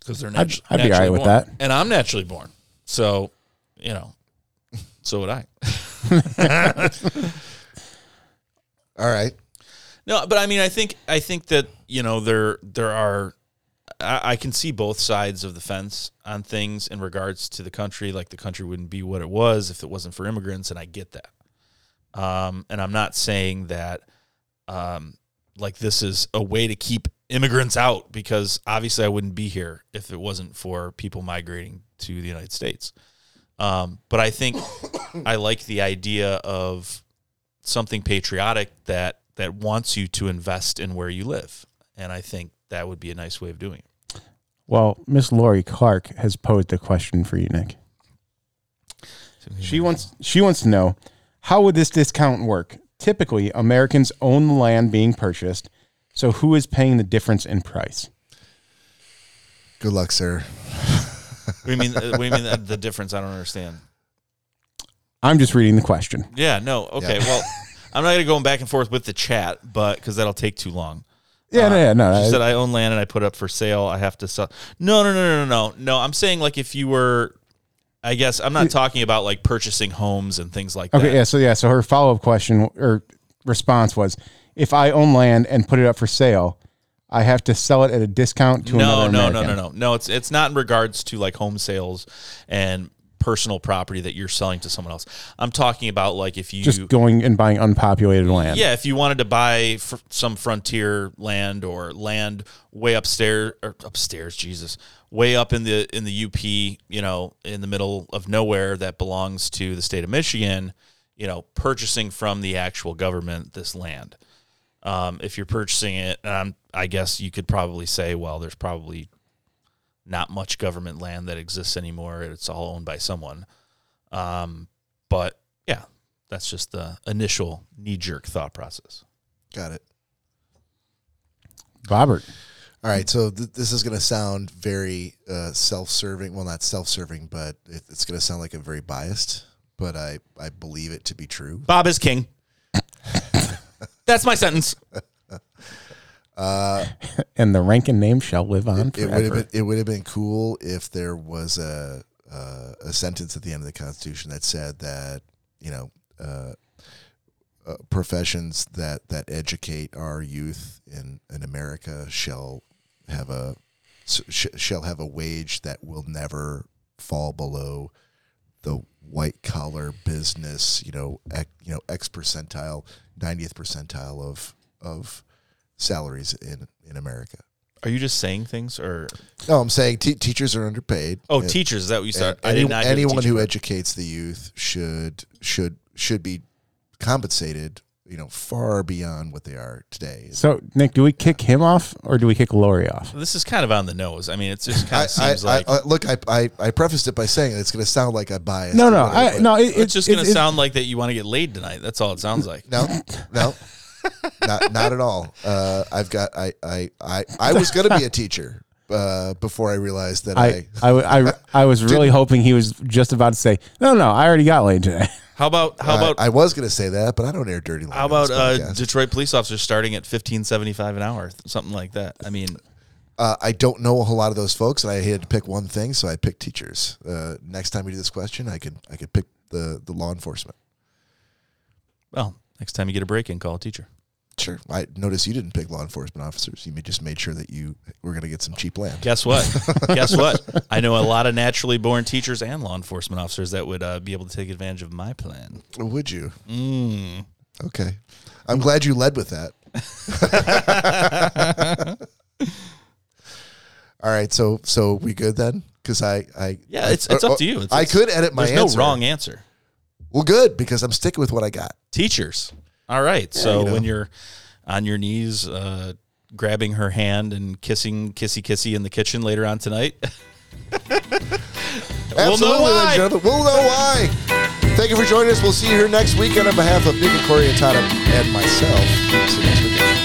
C: because they're
B: I'd-
C: natu-
B: I'd be all
C: naturally
B: right with
C: born.
B: that.
C: And I'm naturally born, so you know, so would I.
A: All right.
C: No, but I mean, I think I think that you know there there are. I, I can see both sides of the fence on things in regards to the country. Like the country wouldn't be what it was if it wasn't for immigrants, and I get that. Um, and I'm not saying that, um, like this is a way to keep immigrants out because obviously I wouldn't be here if it wasn't for people migrating to the United States. Um, but I think I like the idea of something patriotic that that wants you to invest in where you live. And I think that would be a nice way of doing it.
B: Well, Miss Lori Clark has posed a question for you, Nick. She wants she wants to know how would this discount work? Typically, Americans own the land being purchased, so who is paying the difference in price?
A: Good luck, sir.
C: We mean uh, we mean the, the difference. I don't understand.
B: I'm just reading the question.
C: Yeah, no. Okay. Well, I'm not going to go back and forth with the chat, but cuz that'll take too long.
B: Yeah, no, yeah, no.
C: Uh, She
B: I-
C: said I own land and I put up for sale. I have to sell. No, no, no, no, no, no. No, I'm saying like if you were I guess I'm not talking about like purchasing homes and things like
B: Okay,
C: that.
B: yeah. So yeah, so her follow up question or response was, if I own land and put it up for sale, I have to sell it at a discount to
C: no,
B: another
C: no,
B: American.
C: no, no, no, no. It's it's not in regards to like home sales and personal property that you're selling to someone else. I'm talking about like if you
B: Just going and buying unpopulated land.
C: yeah, if you wanted to buy fr- some frontier land or land way upstairs or upstairs, Jesus, way up in the in the UP, you know, in the middle of nowhere that belongs to the state of Michigan, you know, purchasing from the actual government this land. Um, if you're purchasing it, and I'm, I guess you could probably say, well, there's probably not much government land that exists anymore. It's all owned by someone. Um, but yeah, that's just the initial knee jerk thought process.
A: Got it.
B: Robert.
A: All right. So th- this is going to sound very uh, self-serving. Well, not self-serving, but it, it's going to sound like I'm very biased. But I I believe it to be true.
C: Bob is king. that's my sentence.
A: Uh,
B: And the rank and name shall live on
A: It would have
B: forever.
A: been it would have been cool if there was a uh, a sentence at the end of the Constitution that said that you know uh, uh, professions that that educate our youth in in America shall have a sh- shall have a wage that will never fall below the white collar business you know ec, you know x percentile 90th percentile of of salaries in in America.
C: Are you just saying things or
A: No, Oh, I'm saying te- teachers are underpaid.
C: oh
A: And-
C: teachers? Is that what you said?
A: and
C: I
A: any-
C: did not hear the
A: anyone
C: teacher
A: who
C: part.
A: educates the youth should should should be compensated, you know, far beyond what they are today.
B: so Nick, do we kick him off or do we kick Lori off?
C: This is kind of on the nose. I mean, it's just kind
A: I,
C: of
A: I,
C: seems like
A: I, I- look, I, I I prefaced it by saying it's going to sound like I biased.
B: No, no,
A: but I-
B: I, no. It,
C: it's just going
B: it-
C: to
B: it-
C: sound like that you want to get laid tonight. That's all it sounds like.
A: no, no, not not at all. Uh, I've got I I I, I was going to be a teacher uh, before I realized that I,
B: I, I, I, I was really hoping he was just about to say, no, no, I already got laid today.
C: How about how about
A: I, I was going to say that, but I don't air dirty.
C: how about uh, Detroit police officers starting at fifteen seventy five an hour, something like that? I mean,
A: Uh, I don't know a whole lot of those folks, and I had to pick one thing, so I picked teachers. Uh, next time we do this question, I could I could pick the the law enforcement.
C: well, next time you get a break in, call a teacher.
A: Sure. I noticed you didn't pick law enforcement officers. You ma- just made sure that you were going to get some cheap land.
C: Guess what? Guess what? I know a lot of naturally born teachers and law enforcement officers that would uh, be able to take advantage of my plan.
A: Would you? Mm. Okay. I'm glad you led with that. All right. So so we good then? Because I I
C: Yeah, it's it's up to you. It's,
A: I
C: it's-
A: could edit my
C: There's
A: answer.
C: no wrong answer.
A: Well, good because I'm sticking with what I got.
C: Teachers. All right. so
A: you know.
C: when you're on your knees, uh, grabbing her hand and kissing, kissy, kissy in the kitchen later on tonight. we'll know
A: ladies and
C: why.
A: gentlemen. We'll know why. Thank you for joining us. We'll see you here next week. And on behalf of Nick and Corey and Todd and myself, see you next weekend.